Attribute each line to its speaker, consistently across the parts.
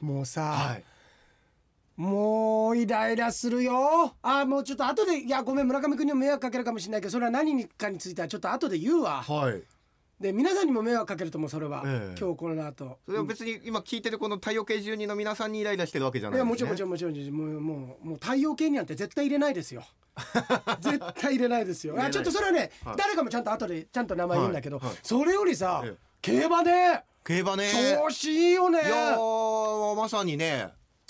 Speaker 1: もうさ、
Speaker 2: はい
Speaker 1: もうイライラするよあーもうちょっと後でいやごめん村上君にも迷惑かけるかもしれないけどそれは何かについてはちょっと後で言うわ
Speaker 2: はい
Speaker 1: で皆さんにも迷惑かけると思うそれは、
Speaker 2: ええ
Speaker 1: 今日この後
Speaker 2: それは別に今聞いてるこの太陽系住人の皆さんにイライラしてるわけじゃ
Speaker 1: い
Speaker 2: ない
Speaker 1: や
Speaker 2: ん
Speaker 1: もち
Speaker 2: です
Speaker 1: ろん
Speaker 2: ね
Speaker 1: もちろんもちろんもうもうもう太陽系になんて絶対入れないですよ絶対入れないですよ
Speaker 2: 入れな
Speaker 1: あ
Speaker 2: い
Speaker 1: ちょっとそれはね、
Speaker 2: はい
Speaker 1: 誰かもちゃんと後でちゃんと名前言うんだけど、
Speaker 2: はいはい
Speaker 1: それよりさ、
Speaker 2: ええ
Speaker 1: 競馬で
Speaker 2: 競馬ね
Speaker 1: 調子いいよね、
Speaker 2: いやーまさにね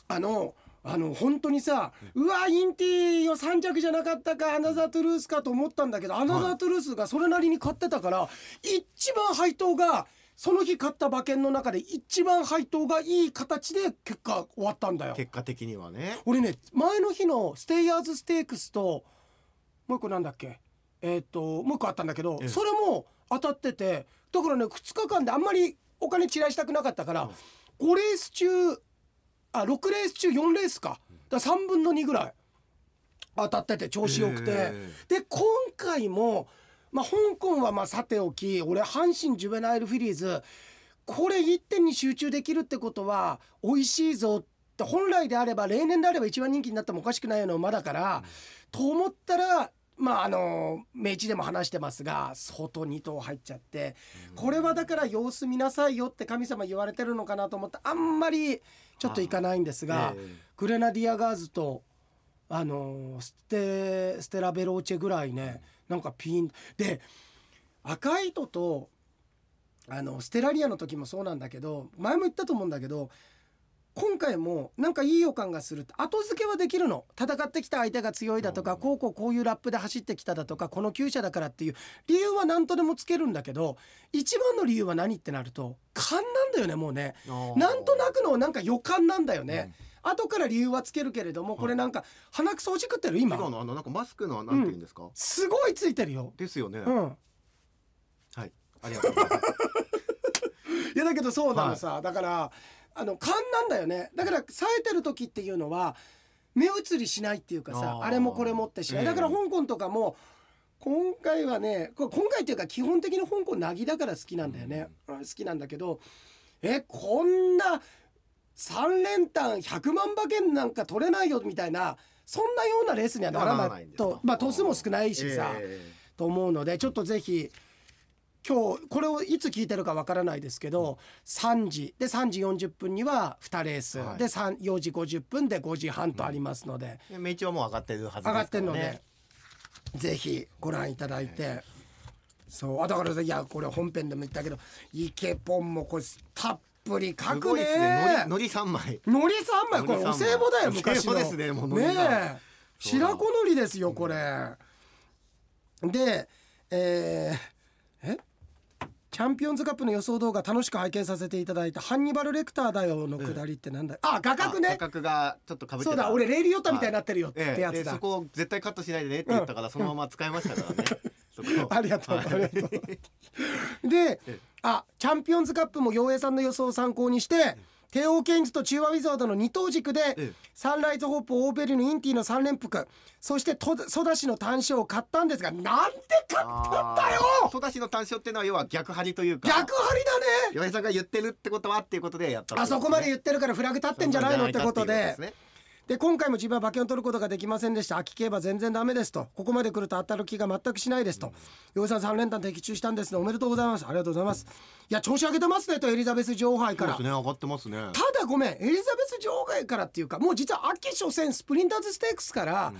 Speaker 1: あのあの本当にさうわインティを3着じゃなかったかアナザートゥルースかと思ったんだけどアナザートゥルースがそれなりに買ってたから、一番配当がその日買った馬券の中で一番配当がいい形で結果終わったんだよ。
Speaker 2: 結果的にはね
Speaker 1: 俺ね前の日のステイヤーズステークスともう一個なんだっけえっ、ともう一個あったんだけど、
Speaker 2: ええ
Speaker 1: それも当たっててだからね2日間であんまりお金散らしたくなかったから、5レース中あ6レース中4レースかだから3分の2ぐらい当たってて調子よくて、
Speaker 2: え
Speaker 1: で今回も、まあ、香港はまあさておき俺阪神ジュベナイルフィリーズこれ一点に集中できるってことは美味しいぞって本来であれば例年であれば一番人気になってもおかしくないような馬だから、と思ったらまああの明治でも話してますが外2頭入っちゃって、これはだから様子見なさいよって神様言われてるのかなと思ってあんまりちょっといかないんですが、
Speaker 2: ええ
Speaker 1: グレナディアガーズとあのステステラベローチェぐらいねなんかピンで赤い糸とあのステラリアの時もそうなんだけど前も言ったと思うんだけど今回もなんかいい予感がするって後付けはできるの戦ってきた相手が強いだとかこうこうこういうラップで走ってきただとかこの厩舎だからっていう理由は何とでもつけるんだけど一番の理由は何ってなると勘なんだよねもうね。
Speaker 2: あー
Speaker 1: なんとなくのなんか予感なんだよね、後から理由はつけるけれどもこれなんか鼻くそほじくってる今
Speaker 2: 今のあのなんかマスクのなんていうんですか、
Speaker 1: すごいついてるよ、
Speaker 2: ですよね、
Speaker 1: うん、
Speaker 2: はいありがとうございます
Speaker 1: いやだけどそうなのさ、だからあの勘なんだよねだから冴えてる時っていうのは目移りしないっていうかさ
Speaker 2: あ
Speaker 1: あ
Speaker 2: ー
Speaker 1: れもこれもってしない、
Speaker 2: ええ
Speaker 1: だから香港とかも今回はねこ今回っていうか基本的に香港なぎだから好きなんだよね、うん好きなんだけどえこんな3連単100万馬券なんか取れないよみたいなそんなようなレースにはなら
Speaker 2: な
Speaker 1: な
Speaker 2: ら
Speaker 1: い
Speaker 2: ないんですか
Speaker 1: と、まあ、頭数も少ないしさ、
Speaker 2: え
Speaker 1: と思うのでちょっとぜひ今日これをいつ聞いてるかわからないですけど、3時で3時40分には2レース、
Speaker 2: はい
Speaker 1: で3 4時50分で5時半とありますので、
Speaker 2: えでメイチはもう上がってるはずですか
Speaker 1: 上
Speaker 2: ら、ね、
Speaker 1: がってるので、ぜひご覧いただいて、そうあだからさいやこれ本編でも言ったけどイケポンもこれたっぷり書
Speaker 2: すご
Speaker 1: く
Speaker 2: い
Speaker 1: ね
Speaker 2: ですねのりのり三枚
Speaker 1: のり3枚これ
Speaker 2: 海
Speaker 1: お
Speaker 2: 苔三
Speaker 1: 歳
Speaker 2: 昧
Speaker 1: 暮だよ
Speaker 2: お歳暮
Speaker 1: 昔の
Speaker 2: ですねもう海苔が
Speaker 1: ねえ白子のりですよこれ、でえーえチャンピオンズカップの予想動画楽しく拝見させていただいたハンニバルレクターだよのくだりってなんだ、あ画角
Speaker 2: あ
Speaker 1: ね
Speaker 2: 価格がちょっと被ってた
Speaker 1: そうだ俺レイリオタみたいになってるよって
Speaker 2: ええ
Speaker 1: やつ
Speaker 2: で
Speaker 1: だ、
Speaker 2: そこを絶対カットしないでねって言ったから、そのまま使いましたからねそこ を
Speaker 1: ありがとう、
Speaker 2: はい
Speaker 1: ありがとう。で、あ、チャンピオンズカップも陽平さんの予想を参考にして、帝王ケインズと中和ウィザードの二等軸で、
Speaker 2: ええ
Speaker 1: サンライズホープ、オーベルのインティの三連服、そしてとソダシの単勝を買ったんですが、なんで買ったんだ
Speaker 2: あー
Speaker 1: よ
Speaker 2: ソダシの単勝っていうのは要は逆張りというか
Speaker 1: 逆張りだね
Speaker 2: 岩井さんが言ってるってことはっていうことでやったって
Speaker 1: あ
Speaker 2: とすね、
Speaker 1: そこまで言ってるからフラグ立ってんじゃないのってことで。
Speaker 2: そうなんじゃないかっていうことですね
Speaker 1: で今回も自分は馬券を取ることができませんでした秋競馬全然ダメですとここまで来ると当たる気が全くしないですと洋井さん3連単的中したんですねおめでとうございますありがとうございますいや調子上げてますねとエリザベス女王杯か
Speaker 2: そうで
Speaker 1: ら、
Speaker 2: すね上がってますね
Speaker 1: ただごめんエリザベス女王杯からっていうかもう実は秋初戦スプリンターズステークスから、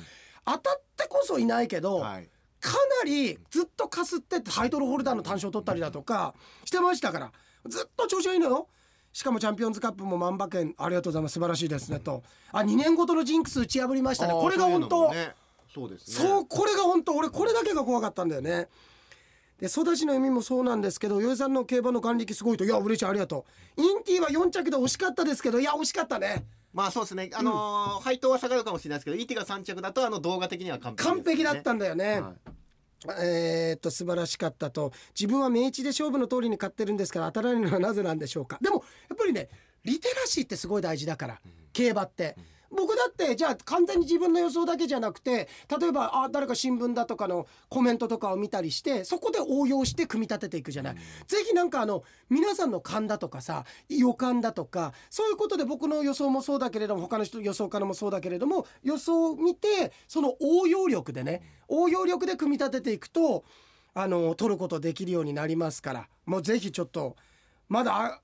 Speaker 1: 当たってこそいないけど、
Speaker 2: はい
Speaker 1: かなりずっとかすってってタイトルホルダーの単勝取ったりだとかしてましたからずっと調子がいいのよしかもチャンピオンズカップも万馬券ありがとうございます素晴らしいですねとあ2年ごとのジンクス打ち破りましたね
Speaker 2: あー
Speaker 1: これが本
Speaker 2: そういうの
Speaker 1: 当
Speaker 2: もねそうですね
Speaker 1: そうこれが本当俺これだけが怖かったんだよねで育ちの意味もそうなんですけど与井さんの競馬の眼力すごいといや嬉しいありがとうインティは4着で惜しかったですけどいや惜しかったね
Speaker 2: まあそうですねあのー配当は下がるかもしれないですけど ET が三着だとあの動画的には完璧ですね、
Speaker 1: 完璧だったんだよね、
Speaker 2: はい
Speaker 1: えーっと素晴らしかったと自分は明治で勝負の通りに勝ってるんですから当たらないのはなぜなんでしょうかでもやっぱりねリテラシーってすごい大事だから、競馬って、僕だってじゃあ完全に自分の予想だけじゃなくて例えばあ誰か新聞だとかのコメントとかを見たりしてそこで応用して組み立てていくじゃない、ぜひなんかあの皆さんの勘だとかさ予感だとかそういうことで僕の予想もそうだけれども他の人予想家のもそうだけれども予想を見てその応用力でね応用力で組み立てていくとあの取ることできるようになりますからもうぜひちょっとまだあ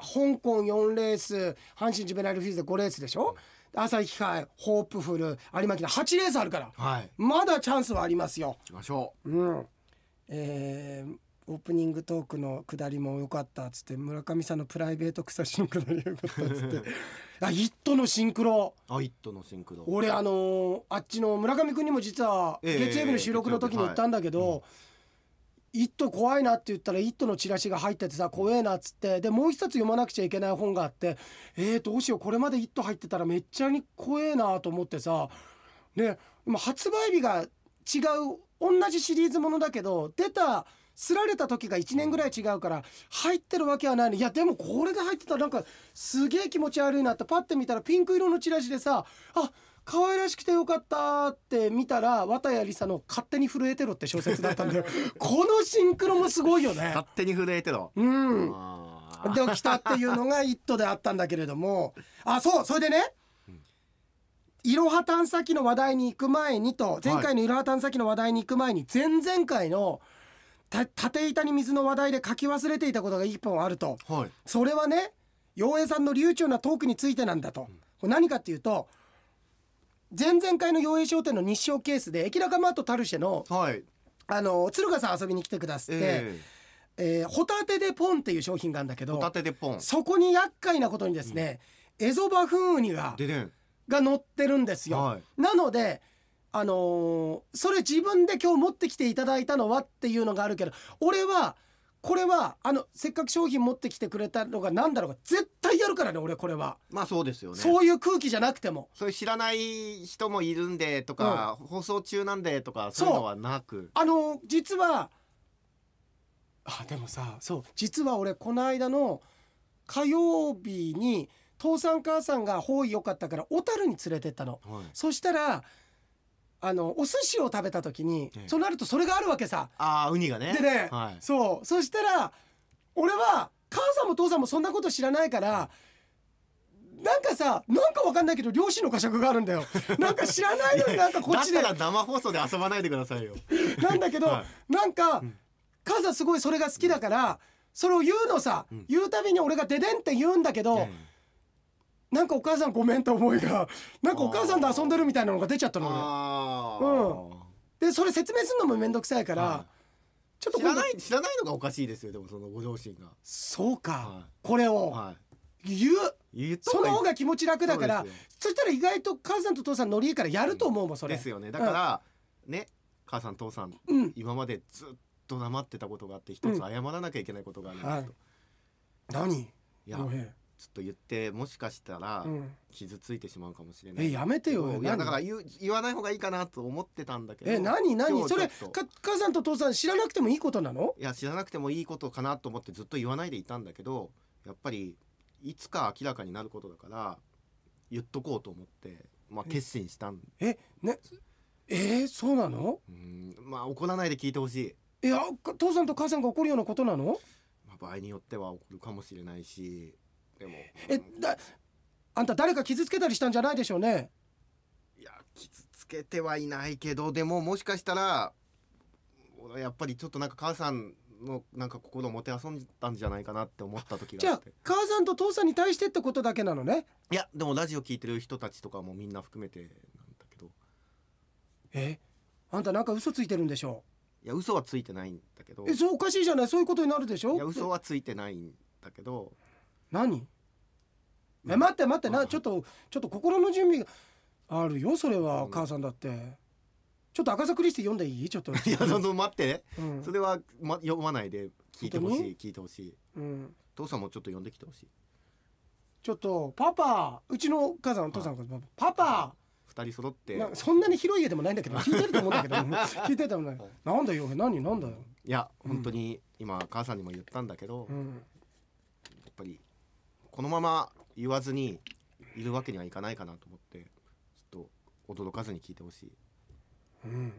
Speaker 1: 香港4レース阪神ジュベナイルフィーズで5レースでしょ朝日杯ホープフル有馬記念8レースあるから
Speaker 2: はい行
Speaker 1: まだチャンスはありますよ。
Speaker 2: きましょ
Speaker 1: うんえーオープニングトークの下りも良かったっつって村上さんのプライベート草シンクロで良かったっつって あ「イット!」のシンクロ
Speaker 2: うアイットのシンクロ
Speaker 1: 俺あのーあっちの村上君にも実は
Speaker 2: ええ
Speaker 1: 月曜日の収録の時に言ったんだけど「イット!」怖いなって言ったら「イット!」のチラシが入っててさ怖えなっつってでもう一冊読まなくちゃいけない本があってえー、どうしようこれまで「イット!」入ってたらめっちゃに怖えなと思ってさね今発売日が違う同じシリーズものだけど出たすられた時が1年ぐらい違うから入ってるわけはないのいやでもこれが入ってたらなんかすげえ気持ち悪いなってパッて見たらピンク色のチラシでさあ可愛らしくてよかったって見たら綿谷りさの「勝手に震えてろ」って小説だったん だよこのシンクロもすごいよね
Speaker 2: 勝。手に震えてろ
Speaker 1: うん
Speaker 2: あー
Speaker 1: で起きたっていうのが「イット!」であったんだけれどもあそうそれでねいろは探査機の話題に行く前にと前回のいろは探査機の話題に行く前に前々回のた縦板に水の話題で書き忘れていたことが一本あると
Speaker 2: はい
Speaker 1: それはね陽平さんの流暢なトークについてなんだと、これ何かっていうと前々回の陽平商店の日照ケースで駅中マートタルシェの
Speaker 2: はい
Speaker 1: あの鶴ヶさん遊びに来てくださって、え
Speaker 2: え
Speaker 1: ーホタテでポンっていう商品があるんだけ
Speaker 2: え
Speaker 1: ど
Speaker 2: ホタテでポン
Speaker 1: そこに厄介なことにですね、エゾバフンウニが
Speaker 2: でね
Speaker 1: が乗ってるんですよ。
Speaker 2: はい
Speaker 1: なのであのーそれ自分で今日持ってきていただいたのはっていうのがあるけど俺はこれはあのせっかく商品持ってきてくれたのが何だろうが絶対やるからね俺これは、
Speaker 2: まあそうですよね
Speaker 1: そういう空気じゃなくても
Speaker 2: そういう知らない人もいるんでとか、放送中なんでとかそういうのはなく
Speaker 1: あのー実はあでもさそう実は俺この間の火曜日に父さん母さんが方位良かったから小樽に連れてったの。
Speaker 2: はい
Speaker 1: そしたらあのお寿司を食べた時に、
Speaker 2: ええ
Speaker 1: そうなるとそれがあるわけさ。
Speaker 2: ああウニがね
Speaker 1: でね、
Speaker 2: はい
Speaker 1: そうそしたら俺は母さんも父さんもそんなこと知らないから。なんかさなんかわかんないけど両親の呵責があるんだよなんか知らないのになんかこっちで
Speaker 2: だったら生放送で遊ばないでくださ いよ
Speaker 1: なんだけど、
Speaker 2: は
Speaker 1: なんか
Speaker 2: ん
Speaker 1: 母さんすごいそれが好きだからそれを言うのさ、
Speaker 2: うん
Speaker 1: 言うたびに俺が「ででん」って言うんだけど、
Speaker 2: え
Speaker 1: なんかお母さんごめんって思いがなんかお母さんと遊んでるみたいなのが出ちゃった
Speaker 2: え
Speaker 1: の俺
Speaker 2: ああ、
Speaker 1: でそれ説明するのも面倒くさいから、
Speaker 2: は
Speaker 1: ちょっと
Speaker 2: 知
Speaker 1: 今
Speaker 2: ら
Speaker 1: 度
Speaker 2: ない知らないのがおかしいですよでもそのご両親が
Speaker 1: そうか、
Speaker 2: は
Speaker 1: これを
Speaker 2: は
Speaker 1: 言う
Speaker 2: い言った
Speaker 1: そ
Speaker 2: 方
Speaker 1: の方
Speaker 2: がいい
Speaker 1: が気持ち楽だから
Speaker 2: そう
Speaker 1: そ
Speaker 2: ですよ
Speaker 1: したら意外と母さんと父さん乗りいいからやると思うもんそれ、
Speaker 2: ですよねだから、ね母さん父さん
Speaker 1: うん
Speaker 2: 今までずっと黙ってたことがあって一つ謝らなきゃいけないことがあるんだ
Speaker 1: は
Speaker 2: けど、
Speaker 1: い何
Speaker 2: いやちょ
Speaker 1: 洋
Speaker 2: っ
Speaker 1: 平
Speaker 2: と言ってもしかしたら
Speaker 1: うん
Speaker 2: 傷ついてしまうかもしれない、
Speaker 1: えやめてよ
Speaker 2: いや
Speaker 1: 何
Speaker 2: だから言う言わない方がいいかなと思ってたんだけど
Speaker 1: え何
Speaker 2: 今
Speaker 1: 何
Speaker 2: 日ち
Speaker 1: そ
Speaker 2: ょ
Speaker 1: れ
Speaker 2: っ
Speaker 1: か
Speaker 2: と
Speaker 1: 母さんと父さん知らなくてもいいことなの
Speaker 2: いや知らなくてもいいことかなと思ってずっと言わないでいたんだけどやっぱりいつか明らかになることだから言っとこうと思って、まあ、決心したん
Speaker 1: えねえーそうなの
Speaker 2: うんまあ怒らないで聞いてほしい、
Speaker 1: いやか父さんと母さんが怒るようなことなの
Speaker 2: まあ、場合によっては怒るかもしれないしでも
Speaker 1: えだあんた誰か傷つけたりしたんじゃないでしょうね
Speaker 2: いや傷つけてはいないけどでももしかしたら俺はやっぱりちょっとなんか母さんのなんか心をもてあそんだんじゃないかなって思った時
Speaker 1: じゃ
Speaker 2: があっ
Speaker 1: あ
Speaker 2: て
Speaker 1: 母さんと父さんに対してってことだけなのね
Speaker 2: いやでもラジオ聞いてる人たちとかもみんな含めてなんだけど
Speaker 1: えあんたなんか嘘ついてるんでしょ
Speaker 2: いや嘘はついてないんだけど
Speaker 1: えそうおかしいじゃないそういうことになるでしょ
Speaker 2: いや嘘はついてないんだけど
Speaker 1: 何
Speaker 2: う
Speaker 1: え
Speaker 2: ん
Speaker 1: 待って待って
Speaker 2: う
Speaker 1: なんちょっとちょっと心の準備があるよそれは
Speaker 2: うん
Speaker 1: 母さんだってちょっと赤サクリスティ読んでいいちょっと
Speaker 2: いやその待って
Speaker 1: うん
Speaker 2: それは、ま、読まないで聞いてほ
Speaker 1: 本
Speaker 2: し
Speaker 1: 当
Speaker 2: い聞いてほしい
Speaker 1: うん
Speaker 2: 父さんもちょっと呼んできてほしい
Speaker 1: ちょっとパパうちの母さん父さんパパ
Speaker 2: 二人揃って
Speaker 1: なそんなに広い家でもないんだけど聞いてると思うんだけ ど聞いてると思うんだけどなんだよ何なんだよ
Speaker 2: いや本当に今母さんにも言ったんだけど、
Speaker 1: う
Speaker 2: や
Speaker 1: ん
Speaker 2: っぱりこのまま言わずにいるわけにはいかないかなと思ってちょっと驚かずに聞いてほしい
Speaker 1: うん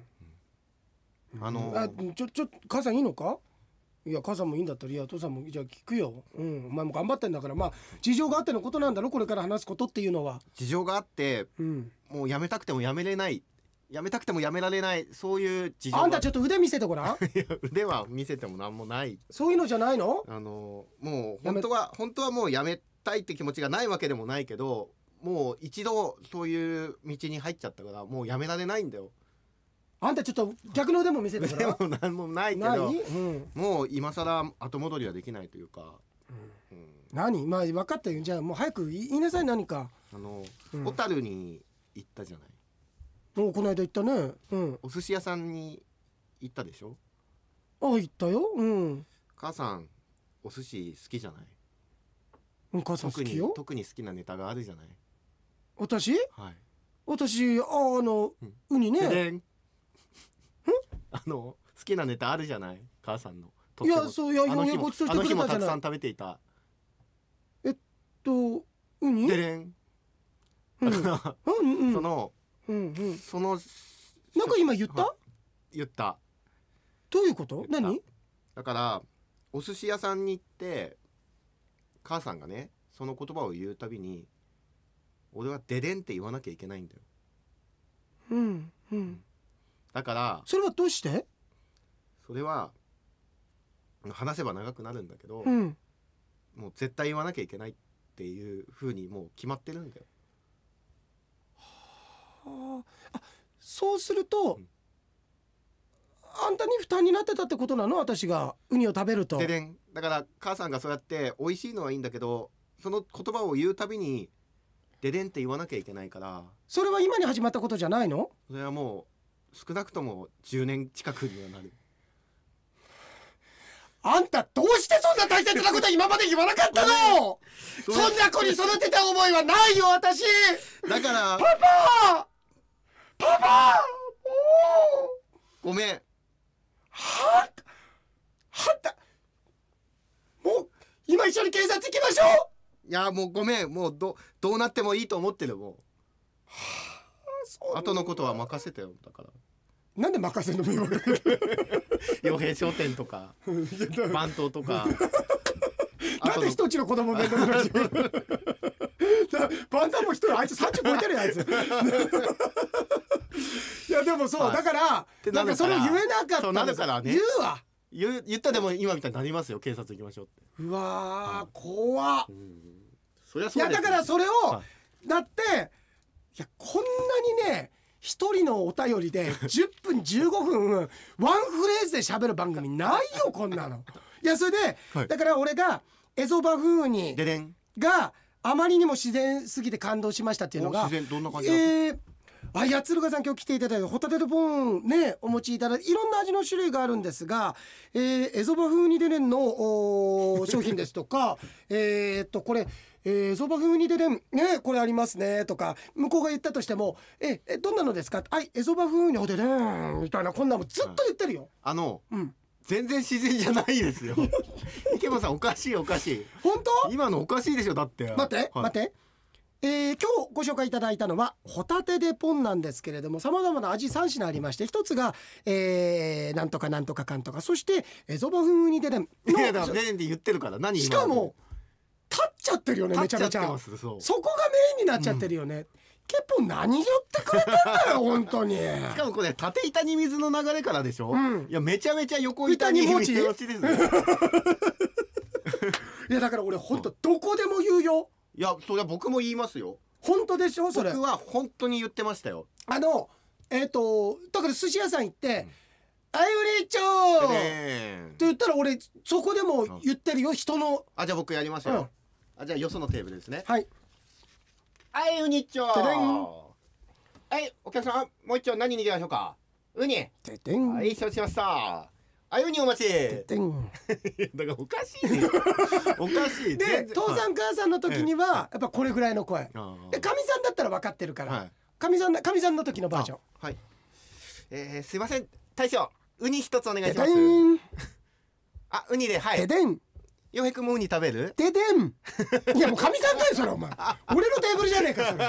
Speaker 2: うんあのー
Speaker 1: あちょちょ母さんいいのかいや母さんもいいんだったらいや父さんもじゃあ聞くよ、うん、お前も頑張ってんだからまあ事情があってのことなんだろこれから話すことっていうのは、
Speaker 2: 事情があって
Speaker 1: うん、
Speaker 2: もうやめたくてもやめれないやめたくてもやめられないそういう事情が
Speaker 1: あんたちょっと腕見せてごらん
Speaker 2: 腕は見せても何もない
Speaker 1: そういうのじゃないの
Speaker 2: あのもう本当は本当はもうやめたいって気持ちがないわけでもないけどもう一度そういう道に入っちゃったからもうやめられないんだよ
Speaker 1: あんたちょっと逆の腕も見せてご
Speaker 2: で
Speaker 1: らん
Speaker 2: も何も ないけ
Speaker 1: ない、う
Speaker 2: ど
Speaker 1: ん、
Speaker 2: もう今更後戻りはできないというか、うん
Speaker 1: 何まあ分かったよじゃあもう早く言い言いなさい何か、
Speaker 2: あの
Speaker 1: うん、
Speaker 2: 小樽に行ったじゃない
Speaker 1: もうこの間言ったねうん
Speaker 2: お寿司屋さんに行ったでしょ
Speaker 1: あ行ったようん
Speaker 2: 母さんお寿司好きじゃない
Speaker 1: うん母さん好
Speaker 2: 特
Speaker 1: き
Speaker 2: に
Speaker 1: よ
Speaker 2: 特に好きなネタがあるじゃない
Speaker 1: 私
Speaker 2: はい
Speaker 1: 私ああの、
Speaker 2: うん
Speaker 1: ウニ
Speaker 2: で
Speaker 1: ね
Speaker 2: でん あの好きなネタあるじゃない母さんのと
Speaker 1: い
Speaker 2: っても
Speaker 1: やそういや
Speaker 2: あ
Speaker 1: よ
Speaker 2: の
Speaker 1: うやく
Speaker 2: 日も
Speaker 1: ごちそう
Speaker 2: あ
Speaker 1: して
Speaker 2: の
Speaker 1: く
Speaker 2: 日
Speaker 1: れた
Speaker 2: も
Speaker 1: じ
Speaker 2: た
Speaker 1: ゃ
Speaker 2: く
Speaker 1: な
Speaker 2: さん
Speaker 1: い
Speaker 2: 食べていた。
Speaker 1: とウニ
Speaker 2: でれん。
Speaker 1: うん
Speaker 2: だから
Speaker 1: うんうん
Speaker 2: その
Speaker 1: うんうん
Speaker 2: その
Speaker 1: なんか今言った、
Speaker 2: は言った。
Speaker 1: どういうこと
Speaker 2: 言った
Speaker 1: 何
Speaker 2: だからお寿司屋さんに行って母さんがねその言葉を言うたびに俺はでれんって言わなきゃいけないんだよ。
Speaker 1: うんうん
Speaker 2: だから
Speaker 1: それはどうして
Speaker 2: それは話せば長くなるんだけど、
Speaker 1: うん
Speaker 2: もう絶対言わなきゃいけないっていう風にもう決まってるんだよ。
Speaker 1: ああそうすると、
Speaker 2: うん
Speaker 1: あんたに負担になってたってことなの私がウニを食べると
Speaker 2: ででんだから母さんがそうやって美味しいのはいいんだけどその言葉を言うたびに「ででん」って言わなきゃいけないから
Speaker 1: それは今に始まったことじゃないの
Speaker 2: それはもう少なくとも10年近くにはなる
Speaker 1: あんたどうしてそんな大切なこと今まで言わなかったのそんな子に育てた思いはないよ私
Speaker 2: だから
Speaker 1: パパパパおー
Speaker 2: ごめん
Speaker 1: はっはったもう今一緒に警察行きましょう
Speaker 2: いやもうごめんもうどどうなってもいいと思ってるも
Speaker 1: そう
Speaker 2: う後のことは任せてよだから
Speaker 1: なんで任せ るの よ
Speaker 2: 傭兵商店と か番頭と か
Speaker 1: なんで人んちの子供面倒くさいしバンダも一人あいつ30超えてるよあいついやでもそう、
Speaker 2: はい
Speaker 1: だから
Speaker 2: て
Speaker 1: な
Speaker 2: なんる
Speaker 1: か
Speaker 2: か
Speaker 1: そ
Speaker 2: ら
Speaker 1: れを言えなかった
Speaker 2: そ
Speaker 1: の
Speaker 2: うなるからね
Speaker 1: 言うわ
Speaker 2: 言う言ったでも今みたいになりますよ警察行きましょうって、
Speaker 1: うわー怖っ
Speaker 2: そりゃ
Speaker 1: い
Speaker 2: そう
Speaker 1: や
Speaker 2: で
Speaker 1: だ
Speaker 2: すよ
Speaker 1: からそれを、
Speaker 2: は
Speaker 1: だっていやこんなにね一人のお便りで10分15分ワンフレーズで喋る番組ないよこんなの。いやそれで、
Speaker 2: はい
Speaker 1: だから俺がエゾバフーニ
Speaker 2: ででん
Speaker 1: があまりにも自然すぎて感動しましたっていうの
Speaker 2: お
Speaker 1: が
Speaker 2: 自然どんな感じだった
Speaker 1: えー、あやつるかさん今日来ていただいてホタテとポンねお持ちいただいていろんな味の種類があるんですが、えー、エゾバ風にデレンのおー商品ですとか えーっとこれ、えー、エゾバ風にデレンねこれありますねとか向こうが言ったとしても「ええどんなのですか?」はいエゾバ風におデレン」みたいなこんなのずっと言ってるよ。
Speaker 2: あの
Speaker 1: うん、
Speaker 2: 全然自然じゃないですよ 池本さんおかしいおかしい
Speaker 1: 本当
Speaker 2: 今のおかしいでしょだって
Speaker 1: 待って、
Speaker 2: はい
Speaker 1: 待って、えー今日ご紹介いただいたのはホタテでポンなんですけれどもさまざまな味3品ありまして一つが、えーなんとかなんとかかんとかそしてエゾバ風にででん
Speaker 2: いやだ
Speaker 1: の
Speaker 2: からでんって言ってるから何
Speaker 1: し
Speaker 2: 今
Speaker 1: かも立っちゃってるよねめち
Speaker 2: 立
Speaker 1: ゃ
Speaker 2: っちゃ
Speaker 1: め
Speaker 2: っ
Speaker 1: ち
Speaker 2: て
Speaker 1: ゃ
Speaker 2: ますそうし
Speaker 1: そこがメインになっちゃってるよね、結構何言ってくれてんだ よ本当に
Speaker 2: かもこれ縦板に水の流れからでしょ、
Speaker 1: うん
Speaker 2: いやめちゃめちゃ横板に
Speaker 1: 板に餅
Speaker 2: 水落ちですよ
Speaker 1: いやだから俺本当どこでも言うよ
Speaker 2: いやそれは僕も言います よ
Speaker 1: 本当でしょそれ
Speaker 2: 僕は本当に言ってましたよ
Speaker 1: あのえっ、とだから寿司屋さん行って「あゆりち
Speaker 2: で
Speaker 1: ょう
Speaker 2: でん
Speaker 1: って言ったら俺そこでも言ってるよ人の
Speaker 2: あじゃあ僕やりましょうよ、あじゃあよそのテーブルですね
Speaker 1: はい
Speaker 2: はいウニ一丁
Speaker 1: ででん
Speaker 2: はいお客さんもう一丁何握りましょうかウニ
Speaker 1: ててん
Speaker 2: はい、承知しました。あゆにお待 ち。
Speaker 1: ててん
Speaker 2: だからおかしいね。 おかし
Speaker 1: で
Speaker 2: い。全然
Speaker 1: 父さん母さんの時にはやっぱこれぐらいの声
Speaker 2: はい
Speaker 1: でかみさんだったら分かってるか
Speaker 2: は
Speaker 1: ら
Speaker 2: い
Speaker 1: かみさんのかみさんの時のバージョン
Speaker 2: あはい。えー、すいません、大将、ウニ一つお願い
Speaker 1: て
Speaker 2: します
Speaker 1: て。ん
Speaker 2: あ、ウニで、はい
Speaker 1: て。てん
Speaker 2: 洋平君もウニ食べる
Speaker 1: ででんいやもうかみさんかよそれお 前俺のテーブルじゃねえかそれ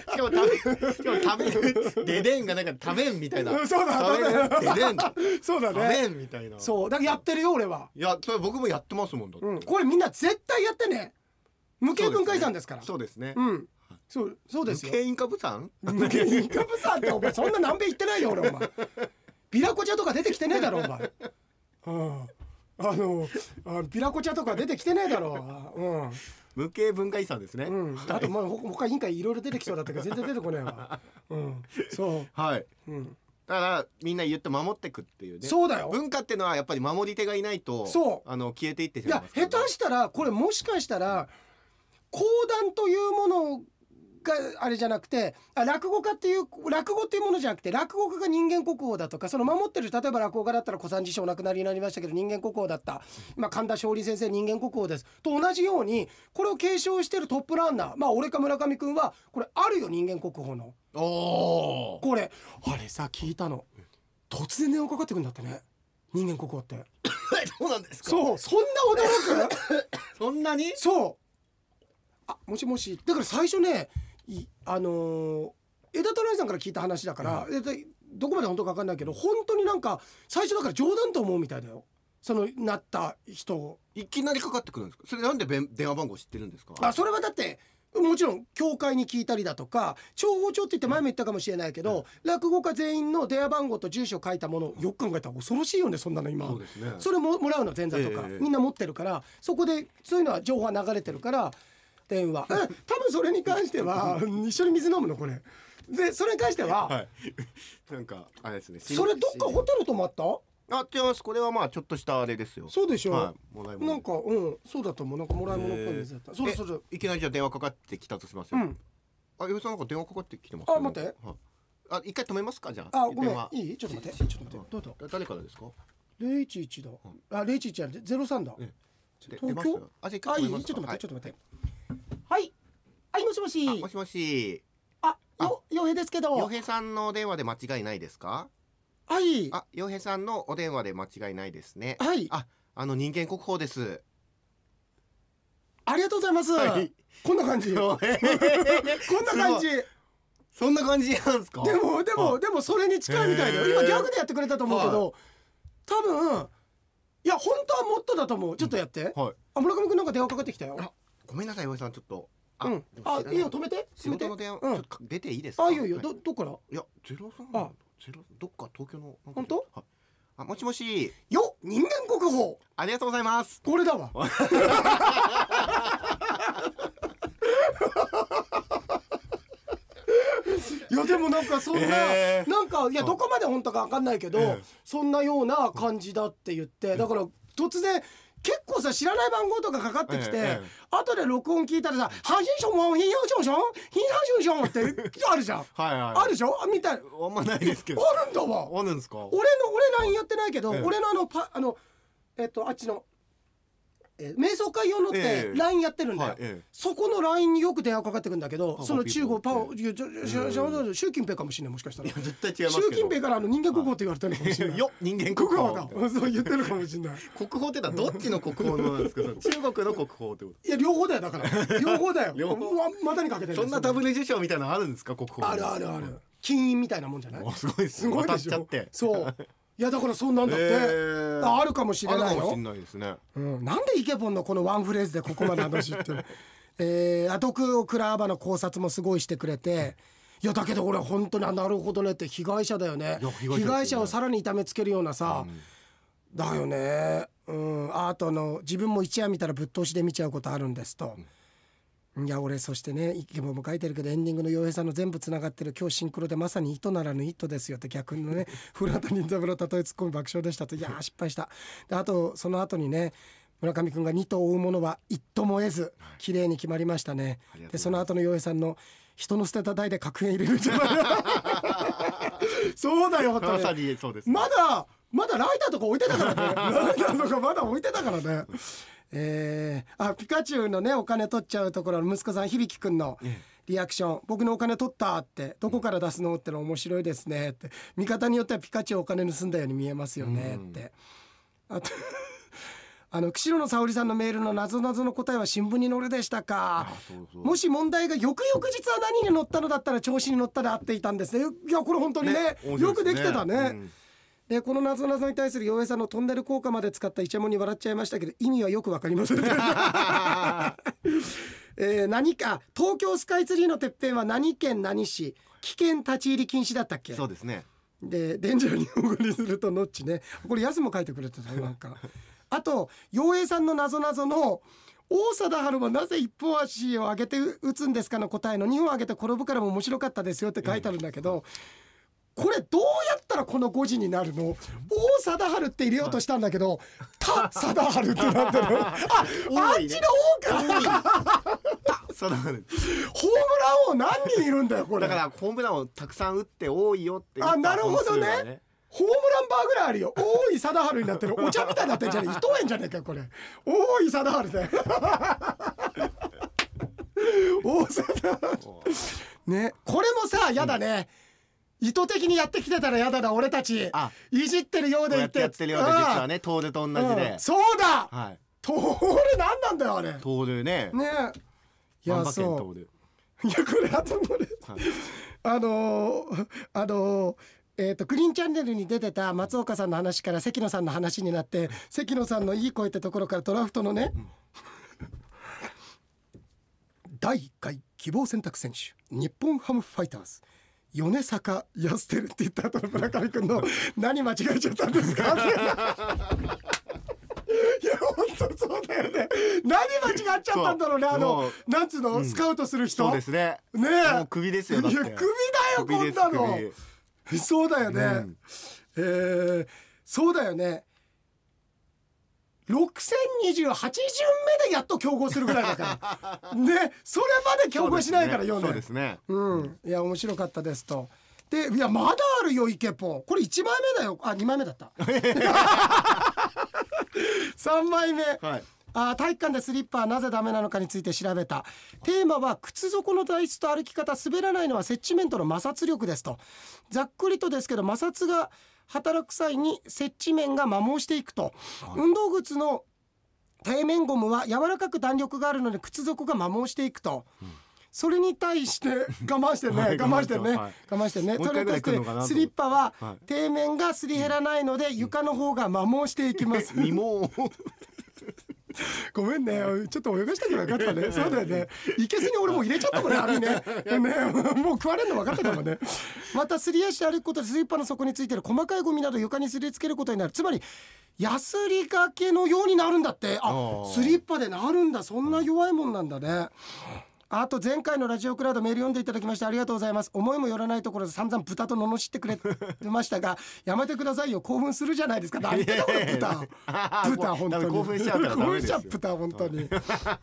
Speaker 2: しかも食べ、しかも食べ、ででんがなんか食べんみ たいな。
Speaker 1: うんそうだ
Speaker 2: 食べるででん。
Speaker 1: そうだ
Speaker 2: 食べんみたいな。
Speaker 1: そうだからやってるよ俺は、
Speaker 2: いや、それ僕もやってますもんだって。
Speaker 1: うん、これみんな絶対やってね無形文化遺産ですから
Speaker 2: そうですね。
Speaker 1: うんそうそうですよ
Speaker 2: 無形インカブさん
Speaker 1: 無形インカブさんってお前そんな南米行ってないよ俺お前ビラコチャとか出てきてねえだろお前うんあのあビラコチャとか出てきてねえだろうん
Speaker 2: 無形文化遺産ですね。
Speaker 1: うん、あともうほ他委員会いろいろ出てきそうだったけど全然出てこないわ。うん、そ
Speaker 2: はい。
Speaker 1: う、うん、
Speaker 2: だから、みんな言って守ってくっていうね。
Speaker 1: そうだよ。
Speaker 2: 文化ってのはやっぱり守り手がいないと、
Speaker 1: そう
Speaker 2: あの、消えていってし
Speaker 1: い
Speaker 2: まい
Speaker 1: や
Speaker 2: ますから
Speaker 1: 下
Speaker 2: ね
Speaker 1: 手したらこれもしかしたら講談というものがあれじゃなくてあ落語家っていう落語っていうものじゃなくて落語家が人間国宝だとかその守ってる例えば落語家だったら小三治師お亡くなりになりましたけど人間国宝だった今神田松林先生人間国宝ですと同じようにこれを継承してるトップランナーまあ俺か村上君はこれあるよ人間国宝の。
Speaker 2: おー
Speaker 1: これあれさ聞いたの突然電話かかってくるんだってね人間国宝って
Speaker 2: そうなんですか
Speaker 1: そうそんな驚く
Speaker 2: そんなに
Speaker 1: そうあもしもしだから最初ねいあのー枝太郎さんから聞いた話だから、えでどこまで本当か分かんないけど本当になんか最初だから冗談と思うみたいだよそのなった人を
Speaker 2: いきなりかかってくるんですかそれなんでべん電話番号知ってるんですか
Speaker 1: あそれはだってもちろん教会に聞いたりだとか情報帳って言って前も言ったかもしれないけど、落語家全員の電話番号と住所を書いたものをよく考えたら恐ろしいよねそんなの今
Speaker 2: そうですね。
Speaker 1: それももらうの前座とか、
Speaker 2: ええ
Speaker 1: みんな持ってるからそこでそういうのは情報は流れてるから電話うん多分それに関しては一緒に水飲むのこれでそれに関しては、
Speaker 2: はい。なんか、あれですね。
Speaker 1: それどっかホテル泊まった
Speaker 2: あ、違います。これはまあ、ちょっとしたあれですよ。
Speaker 1: そうでしょ、
Speaker 2: はい。もらい物
Speaker 1: なんかうんそうだと思うなんかもらい物っぽい水だった、そうだ
Speaker 2: え
Speaker 1: そうだ
Speaker 2: いきなりじゃあ電話かかってきたとします
Speaker 1: う
Speaker 2: よ。
Speaker 1: ん
Speaker 2: あ、よさんなんか電話かかってきてますよ
Speaker 1: あ待って。
Speaker 2: はいあ、一回止めますかじゃあ。
Speaker 1: あごめ
Speaker 2: 電
Speaker 1: ん
Speaker 2: 話
Speaker 1: いいちょっと待ってちょっと待ってどうだ
Speaker 2: だ誰からですか。
Speaker 1: 零一一だ。あ、零一一じゃない、ゼロ三だ。
Speaker 2: えで
Speaker 1: 東京
Speaker 2: 出ますよあ、じゃあ一
Speaker 1: あ、
Speaker 2: 回
Speaker 1: いい、
Speaker 2: 止めますか。
Speaker 1: ちょっと待って、ち
Speaker 2: ょ
Speaker 1: ょっと待って。はい。はい、もしも
Speaker 2: っも
Speaker 1: し。
Speaker 2: しもし。
Speaker 1: あ、よ、よへですけ
Speaker 2: 洋
Speaker 1: ど。
Speaker 2: 平さんのお電話で間違いないですか。
Speaker 1: はい。
Speaker 2: あ、洋平さんのお電話で間違いないですね。
Speaker 1: はい。
Speaker 2: あ、あの人間国宝です。
Speaker 1: ありがとうございます
Speaker 2: はい。
Speaker 1: こんな感じ。こんな感じ。
Speaker 2: そんな感じなんですか。
Speaker 1: でも、でも、でも、それに近いみたいだよ。今
Speaker 2: へー
Speaker 1: ギャグでやってくれたと思うけど。多分。いや、本当はもっとだと思う。ちょっとやって。
Speaker 2: はい。
Speaker 1: あ、村上くんなんか電話かかってきたよ。
Speaker 2: あごめんなさい、洋平さん、ちょっと。
Speaker 1: うん
Speaker 2: で。も
Speaker 1: あ
Speaker 2: 知らな、
Speaker 1: いいよ、止めて。
Speaker 2: 仕
Speaker 1: 止めて
Speaker 2: 事の。電話、
Speaker 1: うん
Speaker 2: ちょっと出ていいですか。
Speaker 1: あ、いいよ、いいよ、
Speaker 2: は
Speaker 1: ど、どっから。
Speaker 2: いや、ゼロさん。
Speaker 1: あ
Speaker 2: ゼロ、どっか東京の。なんか
Speaker 1: 本当。
Speaker 2: はいあ、もしもし。
Speaker 1: よ、人間国宝。
Speaker 2: ありがとうございます。
Speaker 1: これ だわ。いやでもなんかそんな、
Speaker 2: えー
Speaker 1: なんかいやどこまで本当か分かんないけど、
Speaker 2: ええ
Speaker 1: そんなような感じだって言ってだから突然結構さ知らない番号とかかかってきて、
Speaker 2: ええええ
Speaker 1: 後で録音聞いたらさ「ハンシンションモンヒンヨンションションヒンハンションション」ってあるじゃん
Speaker 2: はい、はい。
Speaker 1: あるでしょみ たいな
Speaker 2: あんまないですけど。
Speaker 1: あるんだわ
Speaker 2: あるんですか。
Speaker 1: 俺の俺 LINE やってないけど、
Speaker 2: ええ
Speaker 1: 俺のあのパあのえっとあっちの、えー瞑想会用のっ
Speaker 2: え
Speaker 1: て
Speaker 2: え
Speaker 1: LINE やってるんだよ、
Speaker 2: はいええ
Speaker 1: そこの LINE によく電話かかってくるんだけど
Speaker 2: パオ
Speaker 1: その
Speaker 2: ピー
Speaker 1: 中
Speaker 2: ポー
Speaker 1: 国パオ
Speaker 2: え
Speaker 1: いやちょちょちょ習近平かもしれないもしか したら
Speaker 2: 絶対違いますけど。
Speaker 1: 習近平からあの人間国宝って言われてるのかもしれない
Speaker 2: よ、人間
Speaker 1: 国
Speaker 2: 国宝。
Speaker 1: 宝だそう言ってるかもし れない
Speaker 2: 国宝ってのはどっちの国宝なんですか。 中国の国宝ってこ
Speaker 1: いや両方だよだから両方だよ
Speaker 2: 両方
Speaker 1: うわ股にかけて
Speaker 2: と。
Speaker 1: る
Speaker 2: そんなダ
Speaker 1: 多分
Speaker 2: ブル受賞みたいなのあるんですか、国宝。
Speaker 1: あるあるある金印みたいなもんじゃない
Speaker 2: お。すごいです
Speaker 1: す
Speaker 2: ね。
Speaker 1: ごいで
Speaker 2: 渡っ
Speaker 1: し
Speaker 2: ちゃっ
Speaker 1: ょ
Speaker 2: て。
Speaker 1: そういやだからそんなんだって、
Speaker 2: へー
Speaker 1: ああるかもしれ
Speaker 2: ある
Speaker 1: な
Speaker 2: か
Speaker 1: い
Speaker 2: も
Speaker 1: よ
Speaker 2: しれないですね。
Speaker 1: うん、なんでイケボンのこのワンフレーズでここまで話って えー、アトクオクラーバの考察もすごいしてくれていやだけど俺は本当にあなるほどねって被害者だよね
Speaker 2: いや被害者ですよね
Speaker 1: 被害者をさらに痛めつけるようなさ、だよねうんアートの自分も一夜見たらぶっ通しで見ちゃうことあるんですと。いや俺そしてねイケボンも書いてるけどエンディングの洋平さんの全部つながってる今日シンクロでまさに糸ならぬ糸ですよって逆のね 古畑任三郎たとえツッコミ爆笑でしたといやー失敗したであとその後にね村上君が2頭追うものは一頭も得ず綺麗に決まりましたね
Speaker 2: ありがとうございま
Speaker 1: ですその後の洋平さんの人の捨てた台で確変入れるんじゃない そうだよ本当
Speaker 2: ま
Speaker 1: に
Speaker 2: さにそうですね。
Speaker 1: まだまだライターとか置いてたからね ライターとかまだ置いてたからねえー、あピカチュウのねお金取っちゃうところの息子さん響くんのリアクション「僕のお金取った」って「どこから出すの?」っての面白いですねって味方によってはピカチュウお金盗んだように見えますよねってあと あの釧路の沙織さんのメールの謎々の答えは新聞に載るでしたか
Speaker 2: あそうそう
Speaker 1: もし問題が翌々日は何に載ったのだったら調子に乗ったで合っていたんですねいやこれ本当にねよ
Speaker 2: 面白いす
Speaker 1: くできてたね、
Speaker 2: うん
Speaker 1: でこの謎々に対する洋平さんのトンネル効果まで使ったイチャモンに笑っちゃいましたけど意味はよくわかりませんえー何か東京スカイツリーのてっぺんは何県何市危険立ち入り禁止だったっけ
Speaker 2: そうですね
Speaker 1: で伝授にお送りするとノッチねこれ安も書いてくれてたよなんかあと陽平さんの謎謎の王貞治はなぜ一本足を上げて打つんですかの答えの2本上げて転ぶからも面白かったですよって書いてあるんだけど、これどうやったらこの5時になるの王貞治って入れようとしたんだけど「た貞治」ってなってるあ、あっ
Speaker 2: 多い
Speaker 1: ち
Speaker 2: ね
Speaker 1: の王か
Speaker 2: そうだね
Speaker 1: ホームラン王何人いるんだよこれ
Speaker 2: だからホームランをたくさん打って多いよって言った
Speaker 1: あなるほどね
Speaker 2: 本数が
Speaker 1: ホームランバーぐらいあるよ大井貞治になってるお茶みたいになってんじゃねえ伊藤園じゃねえかよこれ大井貞治だよ大井貞治ねこれもさやだね、意図的にやってきてたらやだな俺たち
Speaker 2: あ
Speaker 1: いじってるよう
Speaker 2: こ
Speaker 1: で
Speaker 2: う
Speaker 1: い
Speaker 2: やってやってるようで実はね遠出と同じ
Speaker 1: うん
Speaker 2: で
Speaker 1: うん、そうだ
Speaker 2: はい
Speaker 1: と俺何なんだよあれね
Speaker 2: 遠出ね
Speaker 1: い
Speaker 2: 万
Speaker 1: や
Speaker 2: 馬券
Speaker 1: そ
Speaker 2: 遠出
Speaker 1: ういやこれあとこれ
Speaker 2: はい
Speaker 1: あのー、あのーえー、とグリーンチャンネルに出てた松岡さんの話から関野さんの話になって関野さんのいい声ってところからドラフトのね、第1回希望選択選手日本ハムファイターズ米坂康輝って言った後の村上君の何間違えちゃったんです かいや本当そうだよね何間違っちゃったんだろうね
Speaker 2: そう
Speaker 1: あの
Speaker 2: もう
Speaker 1: なんつうの、スカウトする人
Speaker 2: そうですね
Speaker 1: ねえ
Speaker 2: もう首ですよだって
Speaker 1: いや首だよこんなの
Speaker 2: 首です
Speaker 1: そうだよね、
Speaker 2: うん
Speaker 1: えーそうだよね6028巡目でやっと競合するぐらいだから ねそれまで競合しないから
Speaker 2: そ
Speaker 1: 4
Speaker 2: う
Speaker 1: 年
Speaker 2: ですね
Speaker 1: うんいや面白かったですとでいやまだあるよイケポンこれ1枚目だよあ2枚目だった 3枚目
Speaker 2: そうですねはい
Speaker 1: あー体育館でスリッパはなぜダメなのかについて調べたテーマは靴底の材質と歩き方滑らないのは接地面との摩擦力ですとざっくりとですけど摩擦が働く際に接地面が摩耗していくと、運動靴の底面ゴムは柔らかく弾力があるので靴底が摩耗していくと、それに対 して我慢してね
Speaker 2: はい
Speaker 1: 我慢してね、
Speaker 2: はい
Speaker 1: 我慢してね
Speaker 2: もう一
Speaker 1: それ
Speaker 2: 回
Speaker 1: に対
Speaker 2: ぐらい
Speaker 1: して
Speaker 2: 来るのかなと思って
Speaker 1: スリッパは
Speaker 2: はい
Speaker 1: 底面がすり減らないので床の方が摩耗していきます
Speaker 2: 身も
Speaker 1: ごめんね、ちょっと泳がしたくなかった ね。そうだよね。いけすに俺もう入れちゃったもんね、網ね。ね、もう食われるの分かってたもんね。また、すり足で歩くことでスリッパの底についてる細かいゴミなど床にすりつけることになる。つまり、ヤスリがけのようになるんだって。
Speaker 2: あ
Speaker 1: あ、
Speaker 2: ー
Speaker 1: スリッパでなるんだ。そんな弱いもんなんだね。あと前回のラジオクラウドメール読んでいただきましてありがとうございます思いもよらないところで散々豚と罵ってくれてましたが やめてくださいよ興奮するじゃないですか何言ってんだこの豚
Speaker 2: あー
Speaker 1: 豚本当に
Speaker 2: ダメ興奮しちゃうからダメですよ
Speaker 1: 興奮しちゃう豚 本当に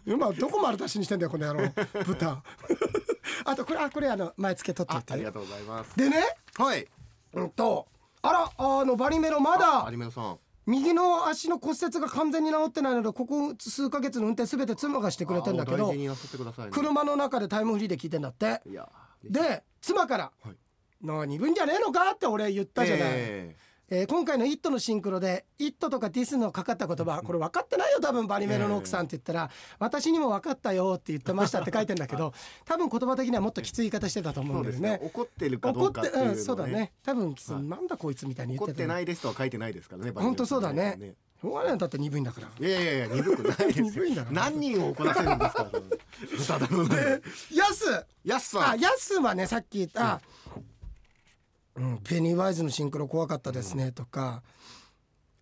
Speaker 1: 今どこ丸出しにしてんだよこの野 郎豚 あとこれあ これあの前付け取っ
Speaker 2: あ
Speaker 1: と
Speaker 2: あ
Speaker 1: い
Speaker 2: りが
Speaker 1: て
Speaker 2: とうございます
Speaker 1: でね
Speaker 2: はい
Speaker 1: うんとあらあのバリメロまだ
Speaker 2: 有村さん
Speaker 1: 右の足の骨折が完全に治ってないのでここ数ヶ月の運転すべて妻がしてくれてんだけ
Speaker 2: あお
Speaker 1: ど
Speaker 2: 大事になさってくださいね
Speaker 1: 車の中でタイムフリーで聞いてんだって
Speaker 2: いや
Speaker 1: で妻から
Speaker 2: はい
Speaker 1: 「の二分じゃねえのか?」って俺言ったじゃない、え
Speaker 2: え
Speaker 1: ー今回の「イット!」のシンクロで「イット!」とか「ディス」のかかった言葉これ分かってないよ多分バリメロの奥さんって言ったら「私にも分かったよ」って言ってましたって書いてんだけ ど多分言葉的にはもっときつい言い方してたと
Speaker 2: え
Speaker 1: 思う
Speaker 2: そ
Speaker 1: んだ
Speaker 2: うで
Speaker 1: よ
Speaker 2: す
Speaker 1: ね
Speaker 2: ね。怒ってるかど
Speaker 1: 怒
Speaker 2: う
Speaker 1: っ
Speaker 2: かって
Speaker 1: て
Speaker 2: いうの
Speaker 1: う
Speaker 2: は
Speaker 1: んそうだね多分きつ
Speaker 2: はい
Speaker 1: なんだこいつみたいに言
Speaker 2: 怒
Speaker 1: っ
Speaker 2: って
Speaker 1: た
Speaker 2: てないですとは書いてないですからね
Speaker 1: 本当そうだねしょうがないよだって鈍いんだから
Speaker 2: いやいやいや鈍くないですよ
Speaker 1: 鈍いん だから
Speaker 2: 何人を怒らせるんですか豚だ ろうね
Speaker 1: ヤス
Speaker 2: やっさ
Speaker 1: あ
Speaker 2: ん
Speaker 1: ヤスはねさっき言った「うん、ペニーワイズのシンクロ怖かったですね」とか、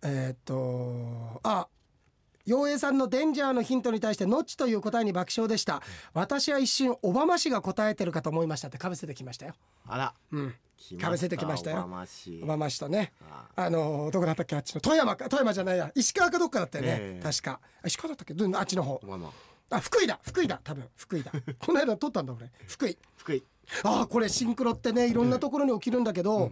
Speaker 1: えーっとあ陽平さんの「デンジャー」のヒントに対して「ノッチ」という答えに爆笑でした私は一瞬オバマ氏が答えてるかと思いましたってかぶせてきましたよ、
Speaker 2: あら
Speaker 1: うん、
Speaker 2: 来
Speaker 1: かぶせてきましたよ
Speaker 2: おましい
Speaker 1: オバマ氏とね
Speaker 2: あ
Speaker 1: あのどこだったっけあっちの富山か富山じゃないや石川かどっかだったよね、
Speaker 2: ええ
Speaker 1: 確かあ石川だったっけどあっちの方
Speaker 2: おばま
Speaker 1: あ福井だ福井だ多分福井だこの間撮ったんだ俺福井
Speaker 2: 福井
Speaker 1: ああこれシンクロってねいろんなところに起きるんだけど、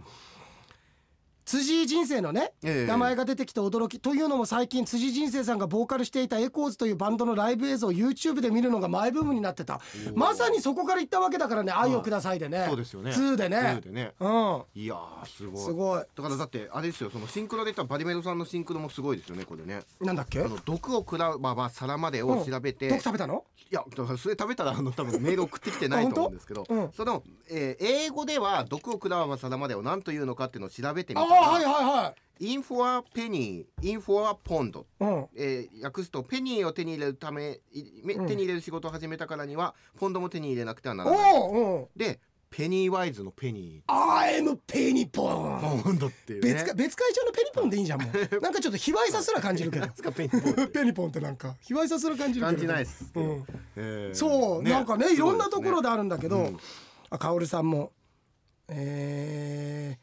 Speaker 1: 辻井人生のね
Speaker 2: ええ
Speaker 1: 名前が出てきて驚きというのも最近辻井人生さんがボーカルしていたエコーズというバンドのライブ映像を YouTube で見るのがマイブームになってた
Speaker 2: おー
Speaker 1: まさにそこから行ったわけだからね「愛をください」でね
Speaker 2: そうですよね
Speaker 1: 2でね
Speaker 2: 2でね
Speaker 1: うん
Speaker 2: いやーすごい
Speaker 1: すごい
Speaker 2: だからだってあれですよそのシンクロで言ったらバリメロさんのシンクロもすごいですよねこれね
Speaker 1: なんだっけ
Speaker 2: あの毒を食らうまあまあ皿までを調べて、
Speaker 1: 毒
Speaker 2: い
Speaker 1: 食べたの
Speaker 2: やだからそれ食べたらあの多分メール送ってきてないと思うんですけど、
Speaker 1: あ本当
Speaker 2: その、えー英語では毒を食らう皿までを何というのかっていうのを調べてみ
Speaker 1: あ
Speaker 2: た
Speaker 1: あ
Speaker 2: ら、
Speaker 1: はいはいは
Speaker 2: インフォアペニーインフォアポンド
Speaker 1: いうん
Speaker 2: えー訳すとペニーを手に入れるためいめ
Speaker 1: うん
Speaker 2: 手に入れる仕事を始めたからにはポンドも手に入れなくてはならない、
Speaker 1: おおうん
Speaker 2: でペニーワイズのペニ
Speaker 1: I'm ペニポ
Speaker 2: ー
Speaker 1: ン
Speaker 2: ポンドっていうね
Speaker 1: 別か別会長のペニポンでいいじゃんも うなんかちょっと卑猥さすら感じるけど
Speaker 2: なんすかペニーポンって
Speaker 1: ペニポンってなんか卑猥さすら感じるけど
Speaker 2: 感じないですけど、
Speaker 1: うん
Speaker 2: えー
Speaker 1: そう、
Speaker 2: ね
Speaker 1: なんかねいろんなところであるんだけど、
Speaker 2: うん
Speaker 1: あカオルさんもえー、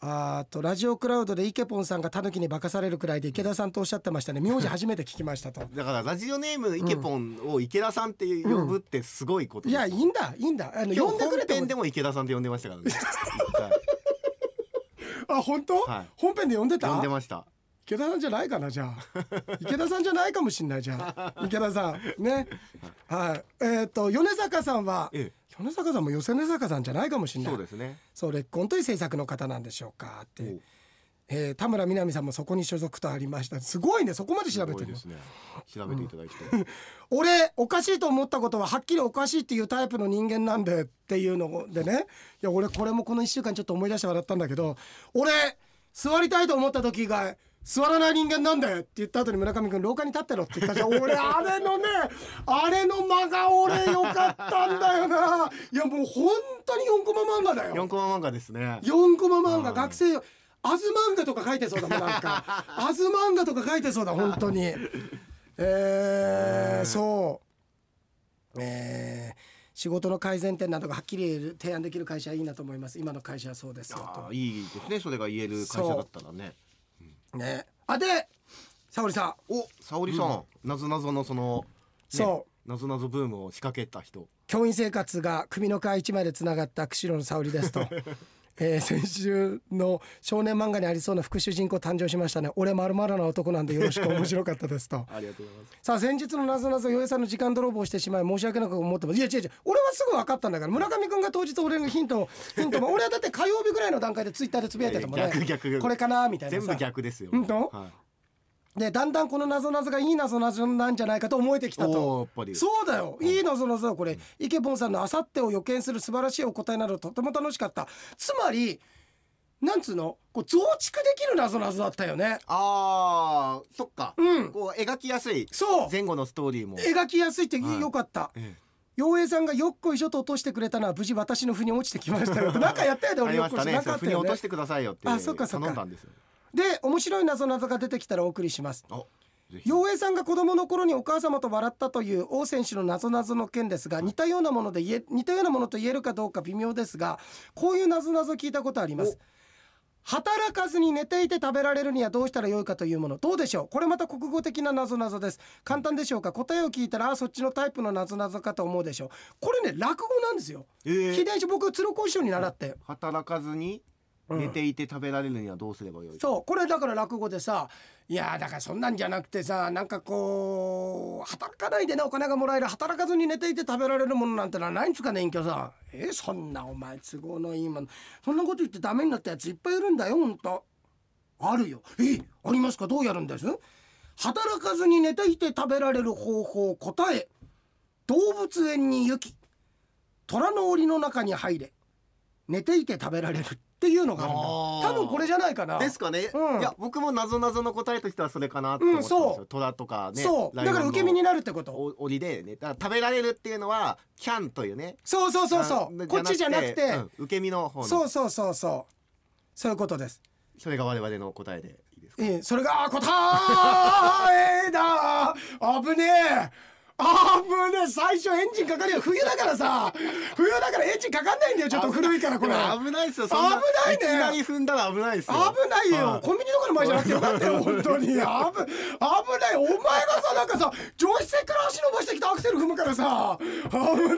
Speaker 1: あーあとラジオクラウドでイケポンさんがタヌキに化かされるくらいで池田さんとおっしゃってましたね名字初めて聞きま したと
Speaker 2: だからラジオネームイケポンを池田さんって呼ぶってすごいこと
Speaker 1: い
Speaker 2: です、
Speaker 1: やいいんだいいんだあの
Speaker 2: 今
Speaker 1: 呼
Speaker 2: 日
Speaker 1: んでくれ
Speaker 2: 本
Speaker 1: て
Speaker 2: 編
Speaker 1: も
Speaker 2: でも池田さんって呼んでましたから ね一回
Speaker 1: あ本当、
Speaker 2: はい
Speaker 1: 本編で呼んでた
Speaker 2: 呼んでました
Speaker 1: 池田さんじゃないかなじ ゃあ池田さんじゃないかもしんないじゃあ池田さんねはいえっ、と米坂さんは
Speaker 2: え
Speaker 1: 米坂さんも寄せ根坂さんじゃないかもし
Speaker 2: え
Speaker 1: んない
Speaker 2: そうですね
Speaker 1: そうレッコンという制作の方なんでしょうかって
Speaker 2: お
Speaker 1: えー、田村みな実さんもそこに所属とありましたすごいねそこまです調べ
Speaker 2: ご
Speaker 1: て
Speaker 2: い
Speaker 1: る
Speaker 2: で
Speaker 1: の
Speaker 2: すね調べていただきたい、
Speaker 1: 俺おかしいと思ったことははっきりおかしいっていうタイプの人間なんでっていうのでねいや俺これもこの1週間ちょっと思い出して笑ったんだけど俺座りたいと思った時以外座らない人間なんだよって言った後に村上君廊下に立ってろって言ったじゃん俺あれのねあれの間が俺よかったんだよないやもう本当に4コマ漫画だよ
Speaker 2: 4コマ漫画ですね
Speaker 1: 4コマ漫画
Speaker 2: うん
Speaker 1: 学生よアズ漫画とか書いてそうだもんなんかアズ漫画とか書いてそうだ本当にえー、そうえー、仕事の改善点などがはっきり提案できる会社はいいなと思います今の会社はそうですよ
Speaker 2: あ
Speaker 1: と
Speaker 2: あいいですねそれが言える会社だったらね
Speaker 1: ねあで沙織さん
Speaker 2: お沙織さん、なぞなぞのその、
Speaker 1: そう
Speaker 2: なぞなぞブームを仕掛けた人
Speaker 1: 教員生活が首の皮一枚でつながった釧路の沙織ですと、 えー先週の少年漫画にありそうな副主人公誕生しましたね俺まるな男なんでよろしく面白かったですと
Speaker 2: ありがとうございます
Speaker 1: さあ先日のなぞなぞ与江さんの時間泥棒をしてしまい申し訳なく思ってますいや違う違う俺はすぐ分かったんだから村上君が当日俺のヒントをヒントも俺はだって火曜日ぐらいの段階でツイッターでつぶやいてたもんね
Speaker 2: 逆逆
Speaker 1: これかなみたいな
Speaker 2: 全
Speaker 1: さ
Speaker 2: 部逆ですよ
Speaker 1: 本当
Speaker 2: はい
Speaker 1: でだんだんこのなぞなぞがいいなぞなぞなんじゃないかと思えてきたと
Speaker 2: おーやっぱり
Speaker 1: そうだよいいなぞなぞだこれイケボンさんのあさってを予見する素晴らしいお答えなどとても楽しかったつまりなんつうのこう増築できるなぞなぞだったよね
Speaker 2: あーそっか、
Speaker 1: うん
Speaker 2: こう描きやすい
Speaker 1: そう
Speaker 2: 前後のストーリーも、
Speaker 1: 描きやすいって
Speaker 2: はい
Speaker 1: よかった、
Speaker 2: え
Speaker 1: 陽平さんがよっこいしょと落としてくれたのは無事私の腑に落ちてきま したよってなんかやったよね
Speaker 2: えあ
Speaker 1: 俺
Speaker 2: り
Speaker 1: よ
Speaker 2: ま
Speaker 1: っ
Speaker 2: し
Speaker 1: こい
Speaker 2: た
Speaker 1: しょ
Speaker 2: ね
Speaker 1: なか
Speaker 2: そ
Speaker 1: っ
Speaker 2: う腑
Speaker 1: た
Speaker 2: に
Speaker 1: よ
Speaker 2: 落
Speaker 1: ね
Speaker 2: としてくださいよって
Speaker 1: あそっかそっか
Speaker 2: 頼んだんですよ
Speaker 1: で面白い謎謎が出てきたらお送りします
Speaker 2: あぜひ
Speaker 1: 陽平さんが子供の頃にお母様と笑ったという王選手の謎謎の件ですが似たようなもので言え似たようなものと言えるかどうか微妙ですがこういう謎謎聞いたことあります働かずに寝ていて食べられるにはどうしたらよいかというものどうでしょうこれまた国語的な謎謎です簡単でしょうか答えを聞いたらあそっちのタイプの謎謎かと思うでしょうこれね落語なんですよ
Speaker 2: えー
Speaker 1: 聞いてないし僕鶴光師匠に習って
Speaker 2: 働かずに
Speaker 1: うん
Speaker 2: 寝ていて食べられるにはどうすればよい、
Speaker 1: そうこれだから落語でさいやーだからそんなんじゃなくてさなんかこう働かないでねお金がもらえる働かずに寝ていて食べられるものなんてのはないんですかね隠居さんえそんなお前都合のいいものそんなこと言ってダメになったやついっぱいいるんだよほんとあるよえありますかどうやるんです働かずに寝ていて食べられる方法答え動物園に行き虎の檻の中に入れ寝ていて食べられるっていうのがあるんだ
Speaker 2: あー
Speaker 1: 多分これじゃないかな
Speaker 2: ですかね、
Speaker 1: うん
Speaker 2: いや僕も謎謎の答えとしてはそれかなと思ってたんですよ、
Speaker 1: うんそう
Speaker 2: 虎とかね
Speaker 1: そう
Speaker 2: ラ
Speaker 1: だ
Speaker 2: イオン
Speaker 1: か
Speaker 2: の
Speaker 1: ら受け身になるってこと
Speaker 2: お檻でねだから食べられるっていうのはキャンというね
Speaker 1: そうそうそうそ
Speaker 2: あ
Speaker 1: うこっちじゃなくて、
Speaker 2: うん受け身の方の
Speaker 1: そうそうそうそうそういうことです
Speaker 2: それが我々の答えでいいですか
Speaker 1: ええそれがあ答えだ危ねえ危ねえ最初エンジンかかるよ冬だからさ冬だからエンジンかかんないんだよちょっと古いからこれ
Speaker 2: でも危ないですよそん
Speaker 1: 危
Speaker 2: な
Speaker 1: ないね
Speaker 2: いきなり踏んだら危ないですよ
Speaker 1: 危ないよ、
Speaker 2: は
Speaker 1: コンビニとかの前じゃなくてよかった よ本当に危危ないお前がさなんかさ助手席から足伸ばしてきたアクセル踏むからさ危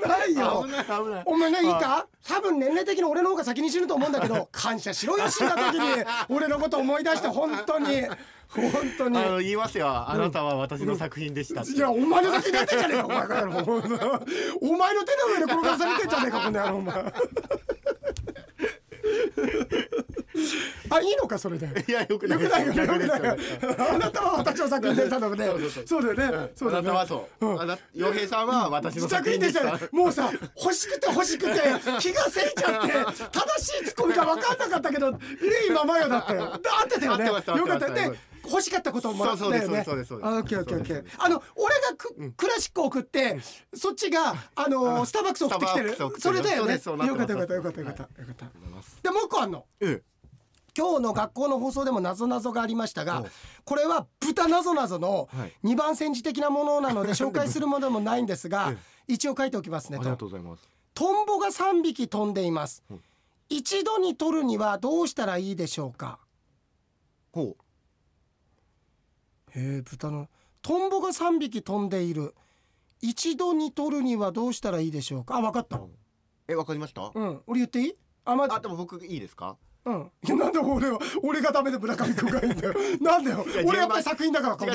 Speaker 1: ないよ
Speaker 2: 危ない危ない
Speaker 1: お前ねいいか
Speaker 2: はい
Speaker 1: 多分年齢的に俺の方が先に死ぬと思うんだけ ど感謝しろよ死んだ時に俺のこと思い出して本当に本当に
Speaker 2: あの言いますよあなたは私の作品でしたって、
Speaker 1: いやお前の先になってんじゃねえかお前からお前の手の上で転がされてんじゃねえかこの野郎お前 あいいのかそれで
Speaker 2: いやよくな
Speaker 1: よ
Speaker 2: い
Speaker 1: く
Speaker 2: です
Speaker 1: ないよよ
Speaker 2: 逆
Speaker 1: く
Speaker 2: です
Speaker 1: ないよあなたは私の作品でしたので
Speaker 2: そうそう
Speaker 1: そうだよねそうだ
Speaker 2: あな
Speaker 1: よね
Speaker 2: たはそう、あな洋平さんは私の
Speaker 1: 作
Speaker 2: 作
Speaker 1: 品
Speaker 2: 品
Speaker 1: で
Speaker 2: で
Speaker 1: し
Speaker 2: したた
Speaker 1: ねもうさ欲しくて欲しくて気がせいちゃって正しいツッコミが分かんなかったけどいいままよだったよだ合ってたよね
Speaker 2: 合ってます合って
Speaker 1: よ
Speaker 2: ます
Speaker 1: かったで欲しかったことをもらったよね
Speaker 2: そうそうですそうですそうです
Speaker 1: あオッケーオッケーオッケ
Speaker 2: そう
Speaker 1: ー
Speaker 2: で
Speaker 1: あの俺がく、クラシックを送ってそっちがあのスターバックスを送ってきてる
Speaker 2: スターバックス
Speaker 1: そ
Speaker 2: 送っ
Speaker 1: れだ
Speaker 2: てきてる
Speaker 1: よね
Speaker 2: そうですそう
Speaker 1: よ
Speaker 2: な
Speaker 1: かっ
Speaker 2: って
Speaker 1: たよか
Speaker 2: ます
Speaker 1: ったよかったよかったよかった
Speaker 2: ます
Speaker 1: でもう一個あんの
Speaker 2: え
Speaker 1: 今日の学校の放送でもなぞなぞがありましたが
Speaker 2: お
Speaker 1: これは豚なぞなぞの
Speaker 2: はい
Speaker 1: 2番煎じ的なものなので紹介するものでもないんですが
Speaker 2: え
Speaker 1: 一応書いておきます
Speaker 2: え
Speaker 1: ね
Speaker 2: ありがと
Speaker 1: と
Speaker 2: うございます
Speaker 1: トンボが3匹飛んでいます
Speaker 2: うん
Speaker 1: 一度に取るにはどうしたらいいでしょうか
Speaker 2: ほ
Speaker 1: へえ豚のトンボが3匹飛んでいる一度に取るにはどうしたらいいでしょうかあ分かっ
Speaker 2: う
Speaker 1: た
Speaker 2: えわかりました、
Speaker 1: うん俺言っていいあま
Speaker 2: あでも僕いいですか
Speaker 1: うん、いやなんで俺は俺がダメで村上君がいいんだよなんだよ
Speaker 2: いや
Speaker 1: 俺やっぱり
Speaker 2: 順番
Speaker 1: 作品だから困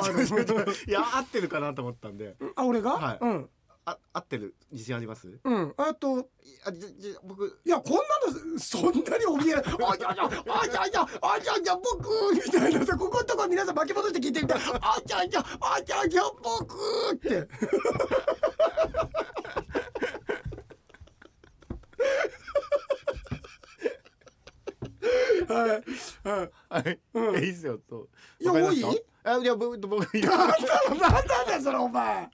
Speaker 1: る
Speaker 2: いや合ってるかなと思ったんで
Speaker 1: あ俺が、
Speaker 2: はい
Speaker 1: うん
Speaker 2: あ合ってる自信あります
Speaker 1: うんあと
Speaker 2: いあじゃじゃ僕
Speaker 1: いやこんなのそんなに怯えないあいやいやあいやいやあいやいや僕みたいなさここのとこ皆さん巻き戻して聞いてみたいあいやいやあいやいや僕ってはいはい
Speaker 2: はい、
Speaker 1: うん
Speaker 2: えいいっすよと
Speaker 1: いや
Speaker 2: わかりま
Speaker 1: 多
Speaker 2: し
Speaker 1: い
Speaker 2: たあいや僕僕いいです
Speaker 1: なんだろうなんだねそれお前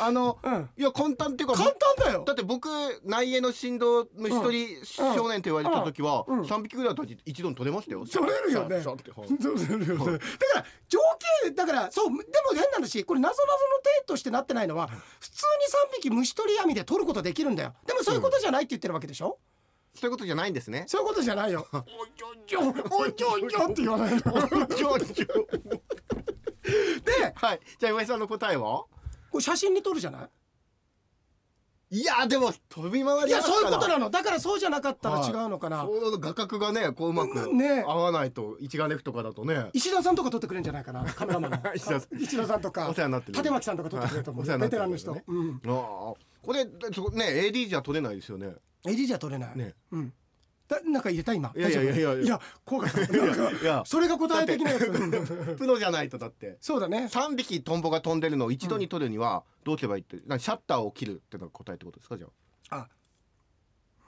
Speaker 2: あの、
Speaker 1: うん
Speaker 2: いや簡単っていうか
Speaker 1: 簡単だよ
Speaker 2: だって僕内縁の振動虫取り少年と言われた時は
Speaker 1: うんうん
Speaker 2: 3匹ぐらいだと一度に取れましたよ
Speaker 1: 取れるよね
Speaker 2: シャンシャンシャンって
Speaker 1: そうだよねだから情景だからそうでも変な話これ謎ぞの手としてなってないのは普通に3匹虫取り網で取ることできるんだよでもそういうことじゃないって言ってるわけでしょ、
Speaker 2: そういうことじゃないんですね
Speaker 1: そういうことじゃないよおいちょんちょんおいちょんちょんって言わないので
Speaker 2: はいじゃあ岩井さんの答えは
Speaker 1: これ写真に撮るじゃない
Speaker 2: いやでも飛び回
Speaker 1: い
Speaker 2: りま
Speaker 1: や
Speaker 2: すか
Speaker 1: そういうこと
Speaker 2: ら
Speaker 1: なのだからそうじゃなかったら
Speaker 2: はい
Speaker 1: 違うのかな、
Speaker 2: ちょうど画角がねこううまく
Speaker 1: うんね
Speaker 2: 合わないと一眼レフとかだとね
Speaker 1: 石田さんとか撮ってくれるんじゃないかなカメラマンの
Speaker 2: 石田さん
Speaker 1: 石田さんとか
Speaker 2: お世話になってる
Speaker 1: 立巻さんとか撮ってくれると思う
Speaker 2: お世話に
Speaker 1: ベ
Speaker 2: なって
Speaker 1: テ
Speaker 2: る
Speaker 1: ランの人、
Speaker 2: ね
Speaker 1: うん
Speaker 2: ああこれだそこね AD じゃ取れないですよね
Speaker 1: AD じゃ撮れない、
Speaker 2: ね
Speaker 1: うんだなんか入れた今
Speaker 2: いやいやいやい
Speaker 1: 大
Speaker 2: や
Speaker 1: 丈夫いやこうかなんか
Speaker 2: いや
Speaker 1: それが答え的なやつ
Speaker 2: プロじゃないとだって
Speaker 1: そうだね
Speaker 2: 3匹トンボが飛んでるのを一度に取るにはどうすればいいってなシャッターを切るってのが答えってことですかじゃあ
Speaker 1: あ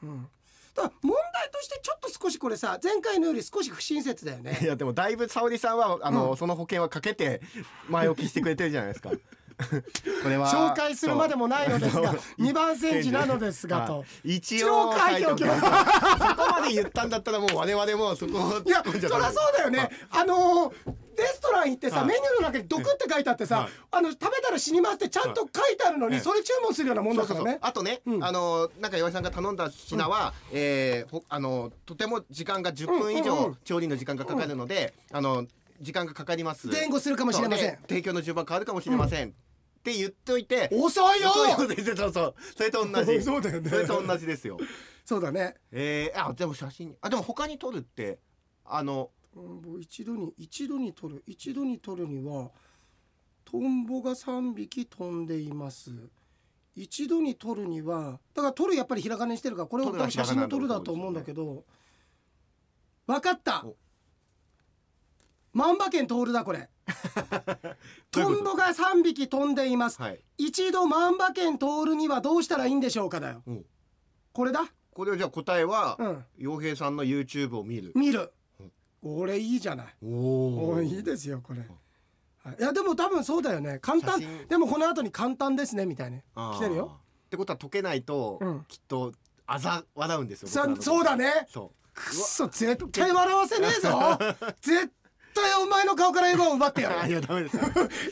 Speaker 1: うんただ問題としてちょっと少しこれさ前回のより少し不親切だよ
Speaker 2: い
Speaker 1: ね
Speaker 2: やでもだいぶ沙織さんはあの、その保険はかけて前置きしてくれてるじゃないです かこれは
Speaker 1: 紹介するまでもないのですが
Speaker 2: そう
Speaker 1: 2番煎じなのですがと
Speaker 2: はい一応書いておきます
Speaker 1: 一応
Speaker 2: そこまで言ったんだったらもう我々もそこを突っ
Speaker 1: いやそ
Speaker 2: 込ん
Speaker 1: り
Speaker 2: じ
Speaker 1: ゃそ
Speaker 2: ゃ
Speaker 1: う
Speaker 2: ダメ
Speaker 1: だよねあのーレストラン行ってさ
Speaker 2: はい
Speaker 1: メニューの中に毒って書いてあってさ
Speaker 2: はい
Speaker 1: あの食べたら死にますってちゃんと書いてあるのに
Speaker 2: はい
Speaker 1: それ注文するようなもん
Speaker 2: そ
Speaker 1: だ
Speaker 2: う
Speaker 1: か
Speaker 2: そう
Speaker 1: ら
Speaker 2: そう
Speaker 1: ね
Speaker 2: あとね、
Speaker 1: うん
Speaker 2: あのなんか岩井さんが頼んだ品は、えーほあのとても時間が10分以
Speaker 1: う
Speaker 2: 上、
Speaker 1: んうんうん
Speaker 2: 調理の時間がかかるので、あの時間がかかります
Speaker 1: 伝語するかもしれません
Speaker 2: そうで提供の順番変わるかもしれません、って言っておいて
Speaker 1: 遅いよ
Speaker 2: そうそうそうそうそうそれと同じ
Speaker 1: そうだよね
Speaker 2: それと同じですよ
Speaker 1: そうだね
Speaker 2: えー、あでも写真あでも他に撮るってあの
Speaker 1: うんもう一度に一度に取る一度に取るにはトンボが3匹飛んでいます一度に取るにはだから取るやっぱりひらがなにしてるからこれを多
Speaker 2: 取るは
Speaker 1: 分
Speaker 2: ひら
Speaker 1: 写
Speaker 2: が
Speaker 1: 真
Speaker 2: な
Speaker 1: の撮るだと思うんだけど分かった
Speaker 2: お
Speaker 1: 万馬券通るだこ れ
Speaker 2: どういう
Speaker 1: ト
Speaker 2: こと
Speaker 1: ンボが3匹飛んでいます、
Speaker 2: はい、
Speaker 1: 一度万馬券通るにはどうしたらいいんでしょうかだよ
Speaker 2: うん
Speaker 1: これだ
Speaker 2: これをじゃあ答えは、
Speaker 1: うん
Speaker 2: 洋平さんの YouTube を見る
Speaker 1: 見るこれいいじゃない
Speaker 2: お
Speaker 1: おーいいですよこれ。はいいやでも多分そうだよね簡単
Speaker 2: 写真
Speaker 1: でもこの後に簡単ですねみたいな
Speaker 2: あー
Speaker 1: 来てるよ
Speaker 2: ってことは解けないと、
Speaker 1: うん
Speaker 2: きっとあざ笑うんですよ
Speaker 1: さ
Speaker 2: 僕らの
Speaker 1: そうだね
Speaker 2: そ
Speaker 1: くっそ絶対笑わせねえ ぞ絶対お前の顔から笑顔奪って
Speaker 2: う
Speaker 1: や
Speaker 2: あい
Speaker 1: る
Speaker 2: やダメ です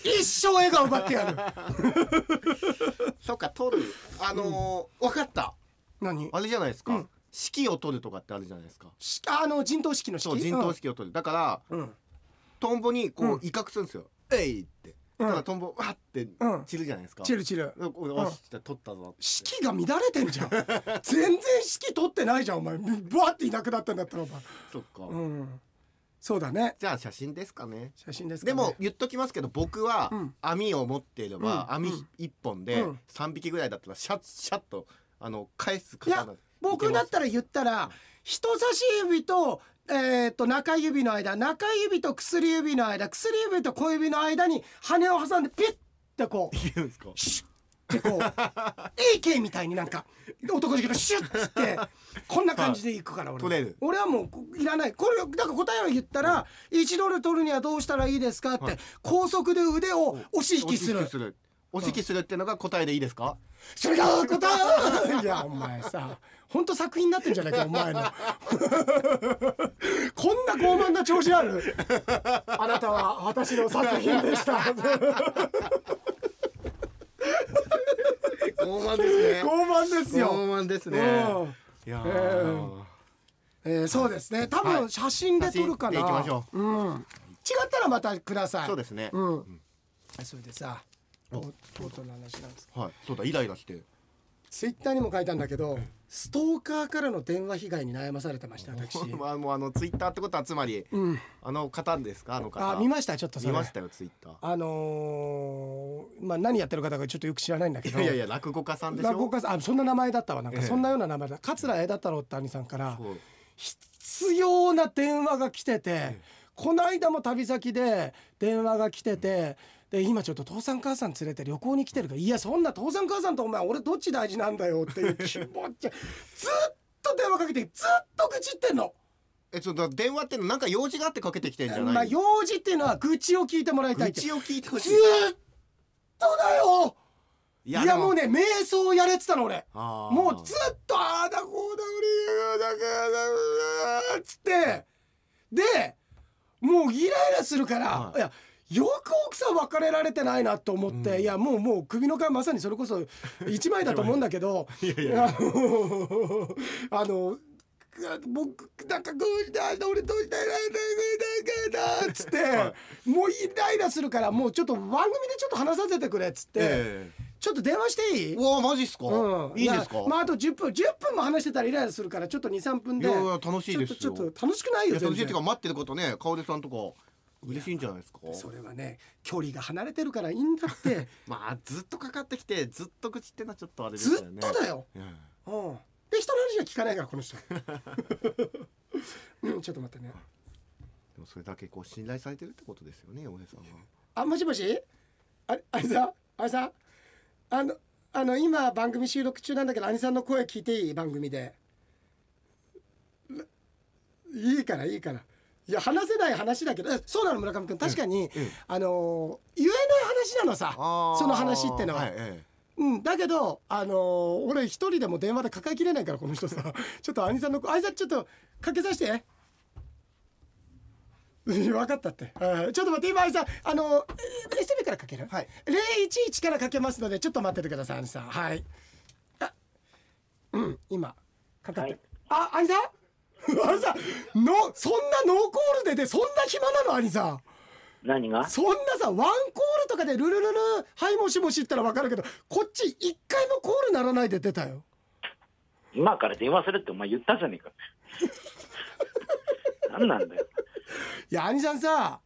Speaker 1: 一生笑顔奪ってやる
Speaker 2: そうか取るあのー、分かった
Speaker 1: 何
Speaker 2: あれじゃないですか、
Speaker 1: うん
Speaker 2: 式を取るとかってあるじゃないですか
Speaker 1: しあの陣頭指揮の指揮
Speaker 2: そう陣頭指揮を取るだか
Speaker 1: う
Speaker 2: ら
Speaker 1: んうん
Speaker 2: トンボにこ
Speaker 1: うん
Speaker 2: う威嚇するんですよ、えいって
Speaker 1: うん
Speaker 2: ただトンボわって
Speaker 1: うん
Speaker 2: 散るじゃないですか、
Speaker 1: チルチル
Speaker 2: おおよしじゃあ取ったぞって
Speaker 1: 士気が乱れてん じゃん全然士気取ってないじゃんお前ぶわっていなくなったんだったらお前
Speaker 2: そっか、
Speaker 1: うんそうだね
Speaker 2: じゃあ写真ですかね
Speaker 1: 写真ですか、
Speaker 2: で
Speaker 1: ね、
Speaker 2: も言っときますけど僕は
Speaker 1: うん
Speaker 2: 網を持っていれば、
Speaker 1: うん
Speaker 2: 網
Speaker 1: うん
Speaker 2: 一本で
Speaker 1: うん
Speaker 2: 3匹ぐらいだったらシャッシャッとあの返す
Speaker 1: いや
Speaker 2: 刀
Speaker 1: 僕だったら言ったら人差し指と,、えー、と中指の間中指と薬指の間薬指と小指の間に羽を挟んでピッてこう
Speaker 2: いけるんですか
Speaker 1: シュッて こう AK みたいになんか男塾のシュッつってこんな感じでいくから俺は
Speaker 2: 取れる
Speaker 1: 俺はもうこいらないこれだから答えを言ったら1ドル取るにはどうしたらいいですかっ
Speaker 2: は
Speaker 1: て
Speaker 2: い
Speaker 1: 高速で腕を押し引きす
Speaker 2: お引
Speaker 1: る
Speaker 2: きするお引きするってのが答えでいいですか
Speaker 1: それが答えいやお前さ本当作品になってんじゃないかお前の こんな傲慢な調子あるあなたは私の作品でした
Speaker 2: 傲慢ですね
Speaker 1: 傲慢ですよ
Speaker 2: 傲慢ですね
Speaker 1: うん
Speaker 2: いや
Speaker 1: え
Speaker 2: ー
Speaker 1: えー、そうですね多
Speaker 2: は
Speaker 1: 分
Speaker 2: い
Speaker 1: 写真で撮るかな、
Speaker 2: 写真で行きましょ
Speaker 1: う、ん、違ったらまたください
Speaker 2: そうですね
Speaker 1: うん、それでさ
Speaker 2: お
Speaker 1: ボートの話なんですけど
Speaker 2: はいそうだイライラして
Speaker 1: ツイッターにも書いたんだけどストーカーからの電話被害に悩まされてました私
Speaker 2: まあもうあのツイッターってことはつまり
Speaker 1: うん
Speaker 2: あの方ですかあの方
Speaker 1: あ見ましたちょっとそれ
Speaker 2: 見ましたよツイッター
Speaker 1: あのーまあ何やってる方かちょっとよく知らないんだけ
Speaker 2: い
Speaker 1: ど
Speaker 2: やいやいや落語家さんでしょ
Speaker 1: 落語家さんあそんな名前だったわなんか、
Speaker 2: ええ
Speaker 1: そんなような名前だ桂枝太郎って兄さんから
Speaker 2: そう
Speaker 1: 必要な電話が来てて、この間も旅先で電話が来てて、で今ちょっと父さん母さん連れて旅行に来てるから「いやそんな父さん母さんとお前俺どっち大事なんだよ」って いう気持ちずっと電話かけてずっと愚痴ってんの。
Speaker 2: えちょっと電話ってのなんか用事があってかけてきてんじゃない
Speaker 1: まあ用事っていうのは愚痴を聞いてもらいたい
Speaker 2: 愚
Speaker 1: って
Speaker 2: 痴を聞いてほし
Speaker 1: ず
Speaker 2: い
Speaker 1: っとだよ
Speaker 2: い
Speaker 1: いやもうね瞑想やれってたの俺
Speaker 2: あー
Speaker 1: もうずっとああだこうだうりだからだうりだっつってでもうイライラするから、
Speaker 2: はい
Speaker 1: い、やよく奥さん別れられてないなと思って、
Speaker 2: うん
Speaker 1: いやもうもう首の皮まさにそれこ そ一枚だと思うんだけど
Speaker 2: いやいや
Speaker 1: あのあの僕なんかグーだ俺どうしたらいいんだっつって、
Speaker 2: は
Speaker 1: もうイライラするからもうちょっと番組でちょっと話させてくれっつって、
Speaker 2: え
Speaker 1: ちょっと電話していい
Speaker 2: えうわマジっすか
Speaker 1: うん、
Speaker 2: いいんですか
Speaker 1: やまああと10分10分も話してたらイライラするからちょっと23分
Speaker 2: い
Speaker 1: で
Speaker 2: やいや楽しい
Speaker 1: ちょ
Speaker 2: で
Speaker 1: っと
Speaker 2: す
Speaker 1: ちょ
Speaker 2: よ
Speaker 1: っと楽しくない
Speaker 2: い
Speaker 1: よ
Speaker 2: や
Speaker 1: 全
Speaker 2: 楽し
Speaker 1: 然
Speaker 2: いっていうか待ってることねかおさんとか嬉しいんじゃないですか
Speaker 1: それはね距離が離れてるからいいんだって
Speaker 2: まあずっとかかってきてずっと口ってのはちょっとあれです
Speaker 1: ず
Speaker 2: よ
Speaker 1: っ
Speaker 2: ね
Speaker 1: とだよ、
Speaker 2: うん
Speaker 1: うん、で人の話は聞かないからこの 人、うん、ちょっと待ってね
Speaker 2: でもそれだけこう信頼されてるってことですよね大江さんは
Speaker 1: あもしもしあれあれさあれさあのあの今番組収録中なんだけど兄さんの声聞いていい番組でらいいからいいからいや話せない話だけどえそうなの村上君確かに、
Speaker 2: ええ
Speaker 1: あのー言えない話なのさ
Speaker 2: あー
Speaker 1: その話ってのは、
Speaker 2: はいえ
Speaker 1: うん、だけど、あのー俺一人でも電話で抱えきれないからこの人さ ちょっと兄さんの兄さんちょっとかけさせて 分かったって、はいちょっと待って今兄さんあのー、SB からかける、
Speaker 2: はい
Speaker 1: 011からかけますのでちょっと待っててください兄さんはいあうん今かかって、あ兄さん 兄さんのそんなノーコールででそんな暇なの兄さん
Speaker 3: 何が
Speaker 1: そんなさワンコールとかでルルルルはいもしもしったら分かるけどこっち一回もコールならないで出たよ
Speaker 3: 今から電話するってお前言ったじ ゃねえか。何なんだよ。
Speaker 1: いや兄さんさ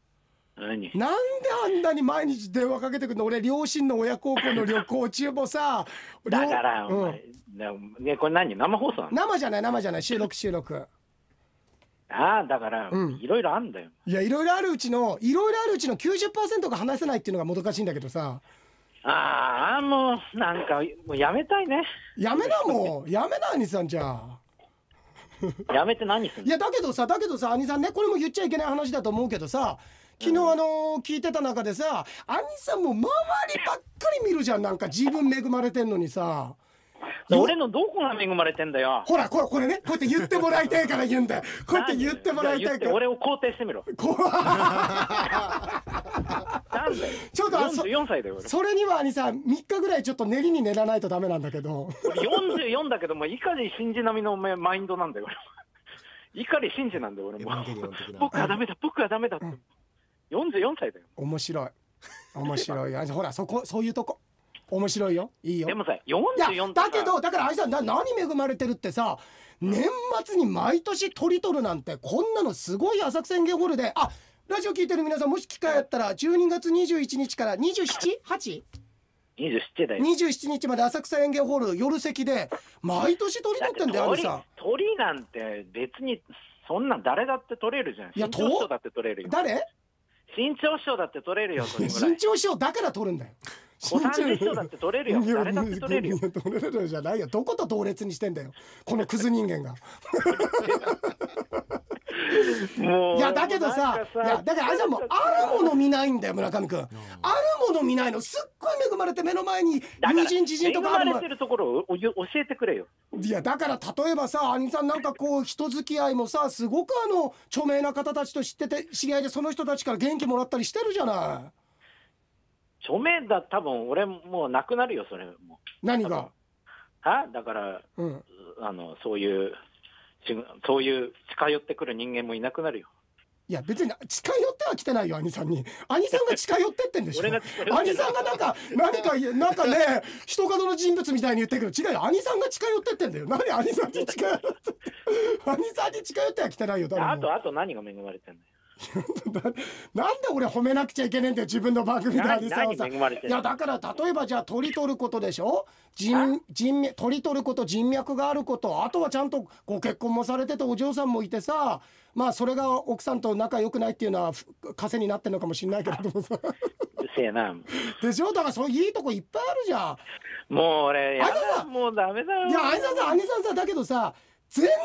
Speaker 3: 何
Speaker 1: なんであんなに毎日電話かけてくるの俺両親の親孝行の旅行中もさ
Speaker 3: だから、
Speaker 1: 両
Speaker 3: お
Speaker 1: う
Speaker 3: 前
Speaker 1: ん、
Speaker 3: なね、これ何生放送なの
Speaker 1: 生じゃない生じゃない収録収録
Speaker 3: ああ、だから
Speaker 1: うん、
Speaker 3: いろいろあんだよ。
Speaker 1: いやいろいろあるうちのいろいろあるうちの90%が話せないっていうのがもどかしいんだけどさ
Speaker 3: ああ、もう、なんか、もうやめたいね。
Speaker 1: やめなもうやめな兄さんじゃあ
Speaker 3: やめて何すん
Speaker 1: い
Speaker 3: の
Speaker 1: やだけどさだけどさ兄さんねこれも言っちゃいけない話だと思うけどさ昨日あのー聞いてた中でさ兄さんも周りばっかり見るじゃんなんか自分恵まれてんのにさ
Speaker 3: 俺のどこが恵まれてんだよ。
Speaker 1: ほらこれこれねこうやって言ってもらいたいから言うんだよこうやって言ってもらいたい
Speaker 3: じ
Speaker 1: か
Speaker 3: ゃあ言って
Speaker 1: ら
Speaker 3: 俺を肯定してみろ。
Speaker 1: こ
Speaker 3: なんだよ。
Speaker 1: ちょっとあそ
Speaker 3: 44歳だよ、
Speaker 1: うそれには兄さん3日ぐらいちょっと練りに練らないとダメなんだけど
Speaker 3: 俺。俺44だけど、もう、碇信じ並みのお前マインドなんだ よ、俺。碇信じなんだよ、俺
Speaker 2: えエ
Speaker 3: も
Speaker 2: ヴァンゲリオン的な
Speaker 3: 僕はダメだ、僕はダメだって。44歳だよ。
Speaker 1: 面白い面白いよほらそこそういうとこ面白いよいいよ
Speaker 3: でもさ
Speaker 1: いや
Speaker 3: 44とか
Speaker 1: だけどだからあいさんな何恵まれてるってさ年末に毎年鳥取るなんてこんなのすごい浅草園芸ホールであラジオ聞いてる皆さんもし機会あったら12月21日から 27?8?
Speaker 3: 27だよ
Speaker 1: 27日まで浅草園芸ホール夜席で毎年鳥取ってんだよあい
Speaker 3: 鳥
Speaker 1: さん
Speaker 3: 鳥なんて別にそんなん誰だって取れるじゃ
Speaker 1: い
Speaker 3: ん
Speaker 1: や
Speaker 3: 新潮師匠だって取れるよ
Speaker 1: 誰
Speaker 3: 新潮師匠だって取れるよそれぐら
Speaker 1: 新
Speaker 3: い
Speaker 1: 潮師匠だから取るんだよ
Speaker 3: 小三治師匠だって取れるよ誰だって取れるよ
Speaker 1: いや取れるじゃないよどこと同列にしてんだよこのクズ人間が
Speaker 3: もう
Speaker 1: いやだけどさ
Speaker 3: なん
Speaker 1: いやだからあれじゃもうあるもの見ないんだよ村上君あるもの見ないのすっごい恵まれて目の前に
Speaker 3: だから
Speaker 1: 友人知人とかあ
Speaker 3: 恵
Speaker 1: る
Speaker 3: ま
Speaker 1: も
Speaker 3: れてるところをおお教えてくれよ
Speaker 1: いやだから例えばさ兄さんなんかこう人付き合いもさすごくあの著名な方たちと知ってて知り合いでその人たちから元気もらったりしてるじゃない
Speaker 3: 著名だ多分俺もうなくなるよそれもう
Speaker 1: 何が、
Speaker 3: はだから
Speaker 1: うん、
Speaker 3: あのそういうしそういう近寄ってくる人間もいなくなるよ
Speaker 1: いや別に近寄っては来てないよ兄さんに兄さんが近寄ってってんでしょ
Speaker 3: 俺が近寄ってない
Speaker 1: 兄さんがなんか何かなんかね人角の人物みたいに言ってくる違うよ兄さんが近寄ってってんだよ何兄さんに近寄って兄さんに近寄っては来てないよ誰も
Speaker 3: あとあと何が恵まれてんのよ
Speaker 1: ななんで俺褒めなくちゃいけねえんだよ自分の番組で
Speaker 3: な
Speaker 1: 兄さんを
Speaker 3: 何
Speaker 1: さ
Speaker 3: 恵まれて
Speaker 1: い
Speaker 3: んの
Speaker 1: やだから例えばじゃあ鳥取ることでしょ人人脈鳥取ること人脈があることあとはちゃんとご結婚もされててお嬢さんもいてさまあそれが奥さんと仲良くないっていうのはふ枷になってるのかもしれないけれど もさ
Speaker 3: うるせえな
Speaker 1: でしょだからそういういいとこいっぱいあるじゃん。
Speaker 3: もう俺や
Speaker 1: あいさ
Speaker 3: だもうダメだよ
Speaker 1: いや、兄さんさ、兄さんさ、だけどさ、前座の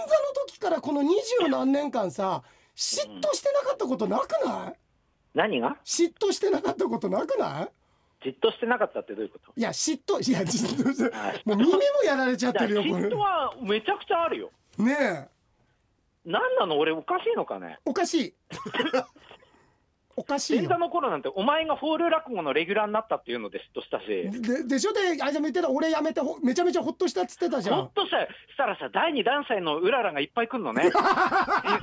Speaker 1: 時からこの二十何年間さ、嫉妬してなかったことなくない
Speaker 3: 何が
Speaker 1: 嫉妬してなかったことなくない
Speaker 3: じっとしてなかったってどういうこと
Speaker 1: いや、嫉妬、 いや、嫉妬して
Speaker 3: あ、
Speaker 1: もう耳もやられちゃってるよ、
Speaker 3: いや
Speaker 1: こ
Speaker 3: 嫉
Speaker 1: れ
Speaker 3: 妬。はめちゃくちゃあるよ
Speaker 1: ねえ、
Speaker 3: 何なの俺おかしいのかね
Speaker 1: おかしい。おかしい
Speaker 3: 前座
Speaker 1: よ。
Speaker 3: の頃なんてお前がホール落語のレギュラーになったっていうので嫉妬したし
Speaker 1: ででしょで、あいさんも言ってた、俺やめてほ、めちゃめちゃほっとしたっつってたじゃ
Speaker 3: ほ
Speaker 1: ん
Speaker 3: っ。としたしたらさ第二弾祭のうららがいっぱい来んのね人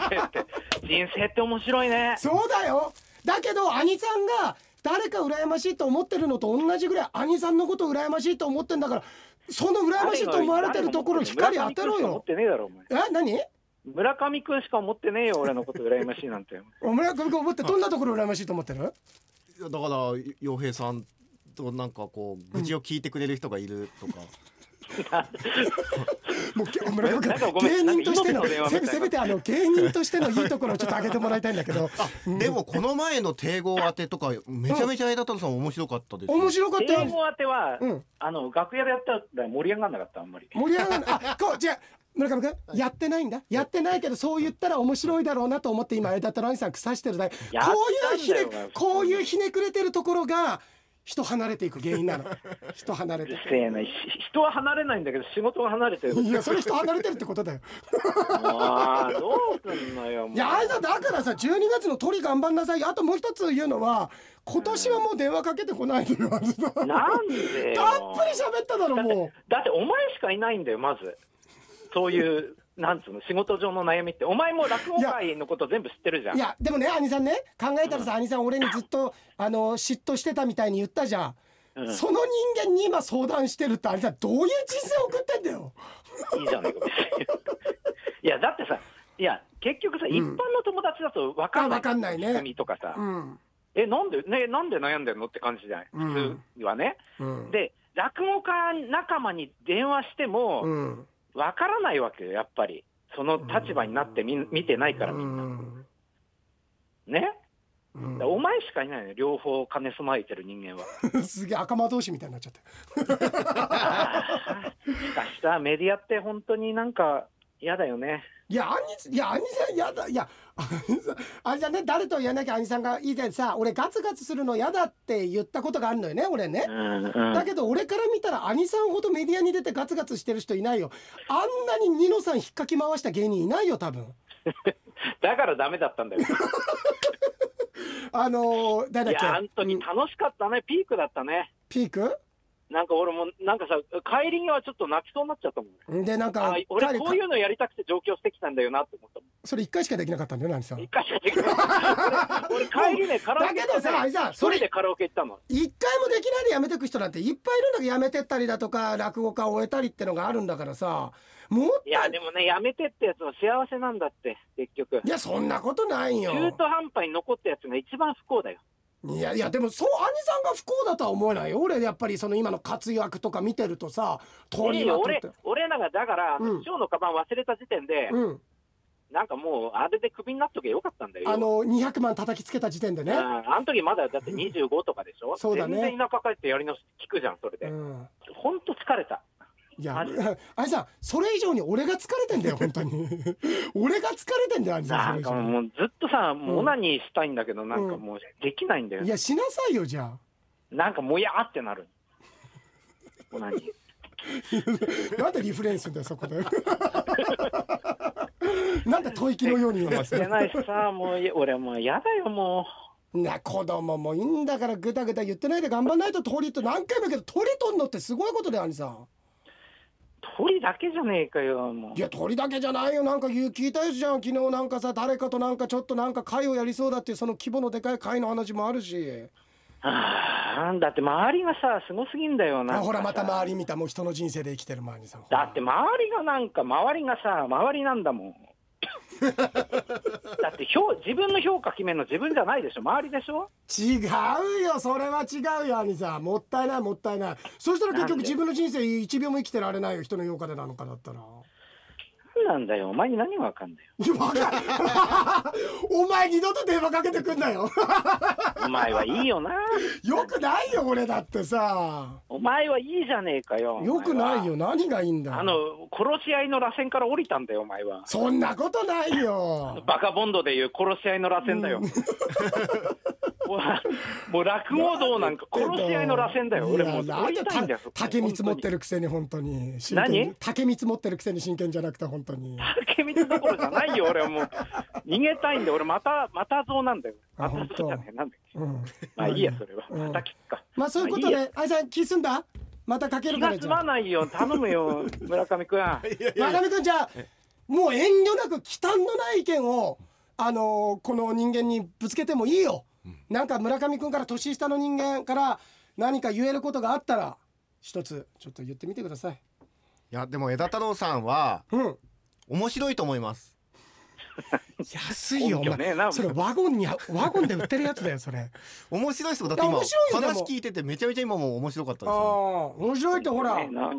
Speaker 3: 生って人生って面白いね
Speaker 1: そうだよだけど兄さんが誰か羨ましいと思ってるのと同じぐらい兄さんのこと羨ましいと思ってんだからその羨ましいと思われてるところに光当てろ
Speaker 3: 思っ
Speaker 1: よ
Speaker 3: てねえだろお前
Speaker 1: え何
Speaker 3: 村上君しか思ってねえよ俺のこと羨ましいなん て
Speaker 1: 村上君思ってどんなところ羨ましいと思ってる
Speaker 2: いやだから洋平さんとなんかこう愚痴を聞いてくれる人がいるとか、
Speaker 1: もうけ村上君
Speaker 3: なんかごめん
Speaker 1: 芸人としての
Speaker 3: なんか今の電話みた
Speaker 1: せ
Speaker 3: いな
Speaker 1: せめてあの芸人としてのいいところをちょっと上げてもらいたいんだけ ど
Speaker 2: でもこの前の帝豪当てとかめちゃめちゃ枝太郎さん面白かったですよ、
Speaker 1: 面白かったよ
Speaker 3: 英語当ては、
Speaker 1: うん
Speaker 3: あの楽屋でやったら盛り上がんなかったあんまり
Speaker 1: 盛り上がるあこうじゃあ村上君やってないんだやってないけどそう言ったら面白いだろうなと思って今枝太郎兄さん腐してるだけこ
Speaker 3: やったんだよ
Speaker 1: ういうひ
Speaker 3: お
Speaker 1: ね
Speaker 3: 前
Speaker 1: こういうひねくれてるところが人離れていく原因なの人離れ
Speaker 3: う
Speaker 1: て
Speaker 3: るせえなし人は離れないんだけど仕事は離れてる
Speaker 1: いやそれ人離れてるってことだよ
Speaker 3: ああどうすんのよもう
Speaker 1: いやあいさんだからさ12月の鳥頑張んなさいよあともう一つ言うのは今年はもう電話かけてこないのよあいさんたっぷり
Speaker 3: なんでよ
Speaker 1: 喋っただろも
Speaker 3: だってお前しかいないんだよまずそういうなんつうの仕事上の悩みってお前も落語界のこと全部知ってるじゃん
Speaker 1: ういやでもね兄さんね考えたらさ兄さん俺にずっとあの嫉妬してたみたいに言ったじゃん
Speaker 3: うん、いいじ
Speaker 1: その人間に今相談してるってあれだどういう人生送ってんだよ
Speaker 3: ゃないか別にいやだってさいや結局さ、一般の友達だと分かんない
Speaker 1: あ分かんないね
Speaker 3: 仕組みとかさ、
Speaker 1: うん
Speaker 3: えなんでねなんで悩んでんのって感じじゃない
Speaker 1: うん
Speaker 3: 普通はね、
Speaker 1: うん
Speaker 3: で落語家仲間に電話しても、
Speaker 1: うん
Speaker 3: わからないわけよ、やっぱり。その立場になってみん見てないから、みんな。ね、だからお前しかいないのよ、両方兼ね備えてる人間は。
Speaker 1: うんすげえ赤間同士みたいになっちゃって
Speaker 3: あーしかしさ、メディアって本当になんか嫌だよね。
Speaker 1: いや兄いや兄さんやだいや兄さん兄さんね誰とは言わなきゃ兄さんが以前さ俺ガツガツするの嫌だって言ったことがあるのよね俺ね
Speaker 3: うんうん、
Speaker 1: だけど俺から見たら兄さんほどメディアに出てガツガツしてる人いないよあんなにニノさん引っかき回した芸人いないよ多分
Speaker 3: だからダメだったんだよ。
Speaker 1: あのー、
Speaker 3: い
Speaker 1: 誰だっけ
Speaker 3: や、本当に
Speaker 1: うん
Speaker 3: 楽しかったね、ピークだったね。
Speaker 1: ピーク
Speaker 3: なんか俺も、なんかさ、帰り際ちょっと泣きそうになっちゃったもん。
Speaker 1: でなんか
Speaker 3: あー俺こういうのやりたくて上京してきたんだよなって思ったもん。
Speaker 1: それ一回しかできなかったんだよ、ナニさん。
Speaker 3: 一
Speaker 1: 一
Speaker 3: 回しかできない。 俺俺帰りね、カラオケ行
Speaker 1: だ
Speaker 3: ってね。
Speaker 1: けどさあれさ
Speaker 3: それでカラオケ行ったの。
Speaker 1: 回もできないでやめてく人なんていっぱいいるんだけど、やめてったりだとか、落語家を終えたりってのがあるんだからさ、もっ
Speaker 3: い
Speaker 1: た
Speaker 3: や、
Speaker 1: い
Speaker 3: でもね、やめてってやつは幸せなんだって、結局。
Speaker 1: いや、そんなことないよ。
Speaker 3: 中途半端に残ったやつが一番不幸だよ。
Speaker 1: いやいやでもそう兄さんが不幸だとは思えないよ俺やっぱりその今の活躍とか見てるとさ
Speaker 3: い
Speaker 1: 鳥
Speaker 3: いよ
Speaker 1: は取っ
Speaker 3: 俺
Speaker 1: て、
Speaker 3: 俺らが、だから、
Speaker 1: うん
Speaker 3: 師匠のカバン忘れた時点で、
Speaker 1: うん、
Speaker 3: なんかもう、あれでクビになっとけばよかったんだよ。
Speaker 1: あの200万叩きつけた時点で
Speaker 3: うん、
Speaker 1: ね、
Speaker 3: あの時まだだって25とかでし ょ
Speaker 1: そうだね
Speaker 3: 全然田舎帰ってやり直し聞くじゃん、それ
Speaker 1: う
Speaker 3: で。
Speaker 1: ん、
Speaker 3: ほんと疲れた。
Speaker 1: いや
Speaker 3: あ
Speaker 1: 兄さんそれ以上に俺が疲れてんだよ本当に 俺が疲れてんだよ兄さ
Speaker 3: なんん
Speaker 1: そ
Speaker 3: か
Speaker 1: れ以上に
Speaker 3: もうずっとさ、もう
Speaker 1: う
Speaker 3: オ
Speaker 1: ん
Speaker 3: ナニーしたいんだけど、なんかもうできないんだよ
Speaker 1: い。やしなさいよじゃあ
Speaker 3: なんかもやーって なる。オナニー。
Speaker 1: なんでリフレインするんだよそこで なんで吐息のように言うんです
Speaker 3: してないしさ、もういや俺もうやだよ、も
Speaker 1: な子供もいいんだからぐだぐだ言ってないで頑張んないと鳥と何回も言うけど鳥取んのってすごいことだよ兄さん
Speaker 3: う。鳥だけじゃねえかよ、もう
Speaker 1: い。や鳥だけじゃないよなんか言う聞いたやつじゃん昨日なんかさ誰かとなんかちょっとなんか会をやりそうだっていうその規模のでかい会の話もあるし
Speaker 3: あーだって周りがさ、すごすぎんだよ
Speaker 1: あ
Speaker 3: なんかさ。
Speaker 1: ほらまた周り見たもう人の人生で生きてる周りさん
Speaker 3: だって周りがなんか、周りがさ、周りなん だもん。だって評自分の評価決めるの自分じゃないでしょ、周りでしょ
Speaker 1: 違うよそれは違うよ兄さんもったいないもったいないそしたら結
Speaker 3: なん
Speaker 1: 局
Speaker 3: で
Speaker 1: 自分の人生1秒も生きてられないよ人の評価でなのかだったら。
Speaker 3: 何なんだよ、お前に何がわかんだよ。
Speaker 1: いやわかる お前二度と電話かけてくんなよ
Speaker 3: お前はいいよな。
Speaker 1: よくないよ俺だってさ
Speaker 3: お前はいいじゃねえかよ。
Speaker 1: よくないよ
Speaker 3: お
Speaker 1: 何がいいんだよ
Speaker 3: 前は。あの、殺し合いの螺旋から降りたんだよ、お前は。
Speaker 1: そんなことないよ
Speaker 3: バカボンドでいう殺し合いの螺 旋だよ。もうもう落語道なんか殺し合いの螺旋だよ。
Speaker 1: いや
Speaker 3: 俺もう
Speaker 1: なん
Speaker 3: 取
Speaker 1: で
Speaker 3: りたいんだよ。
Speaker 1: た竹光持って
Speaker 3: る。
Speaker 1: るくせに本当に真剣
Speaker 3: 何
Speaker 1: 竹光持ってるくせに真剣じゃなくて本当 に
Speaker 3: 竹光どころじゃないよ。俺はもう逃げたいんで、俺またまた像なんだよ。
Speaker 1: あ
Speaker 3: また像じゃねえなんだっけ。
Speaker 1: うん
Speaker 3: まあいいやそれは。
Speaker 1: うん
Speaker 3: また聞くか。
Speaker 1: まあそういうこと
Speaker 3: まあい
Speaker 1: であいさん気すんだまたかける
Speaker 3: 気
Speaker 1: か
Speaker 3: が
Speaker 1: ら
Speaker 3: 済
Speaker 1: じゃ
Speaker 3: ま
Speaker 1: あ
Speaker 3: ないよ。頼 むよ、村上くん。
Speaker 1: まなみくんじゃあもう遠慮なく忌憚のない意見をあのーこの人間にぶつけてもいいよなんか村上くんから年下の人間から何か言えることがあったら一つちょっと言ってみてください
Speaker 2: やでも枝太郎さんは
Speaker 1: うん
Speaker 2: 面白いと思います
Speaker 1: 安
Speaker 3: 根拠ねえな。
Speaker 1: それワゴンにワゴンで売ってるやつだよそれ
Speaker 2: 面白い人だって
Speaker 1: いや
Speaker 2: 今
Speaker 1: 面白いよでも
Speaker 2: 話聞いててめちゃめちゃ今も面白かった
Speaker 1: ああ
Speaker 2: ですよ
Speaker 1: 面白いってほら
Speaker 3: ねえな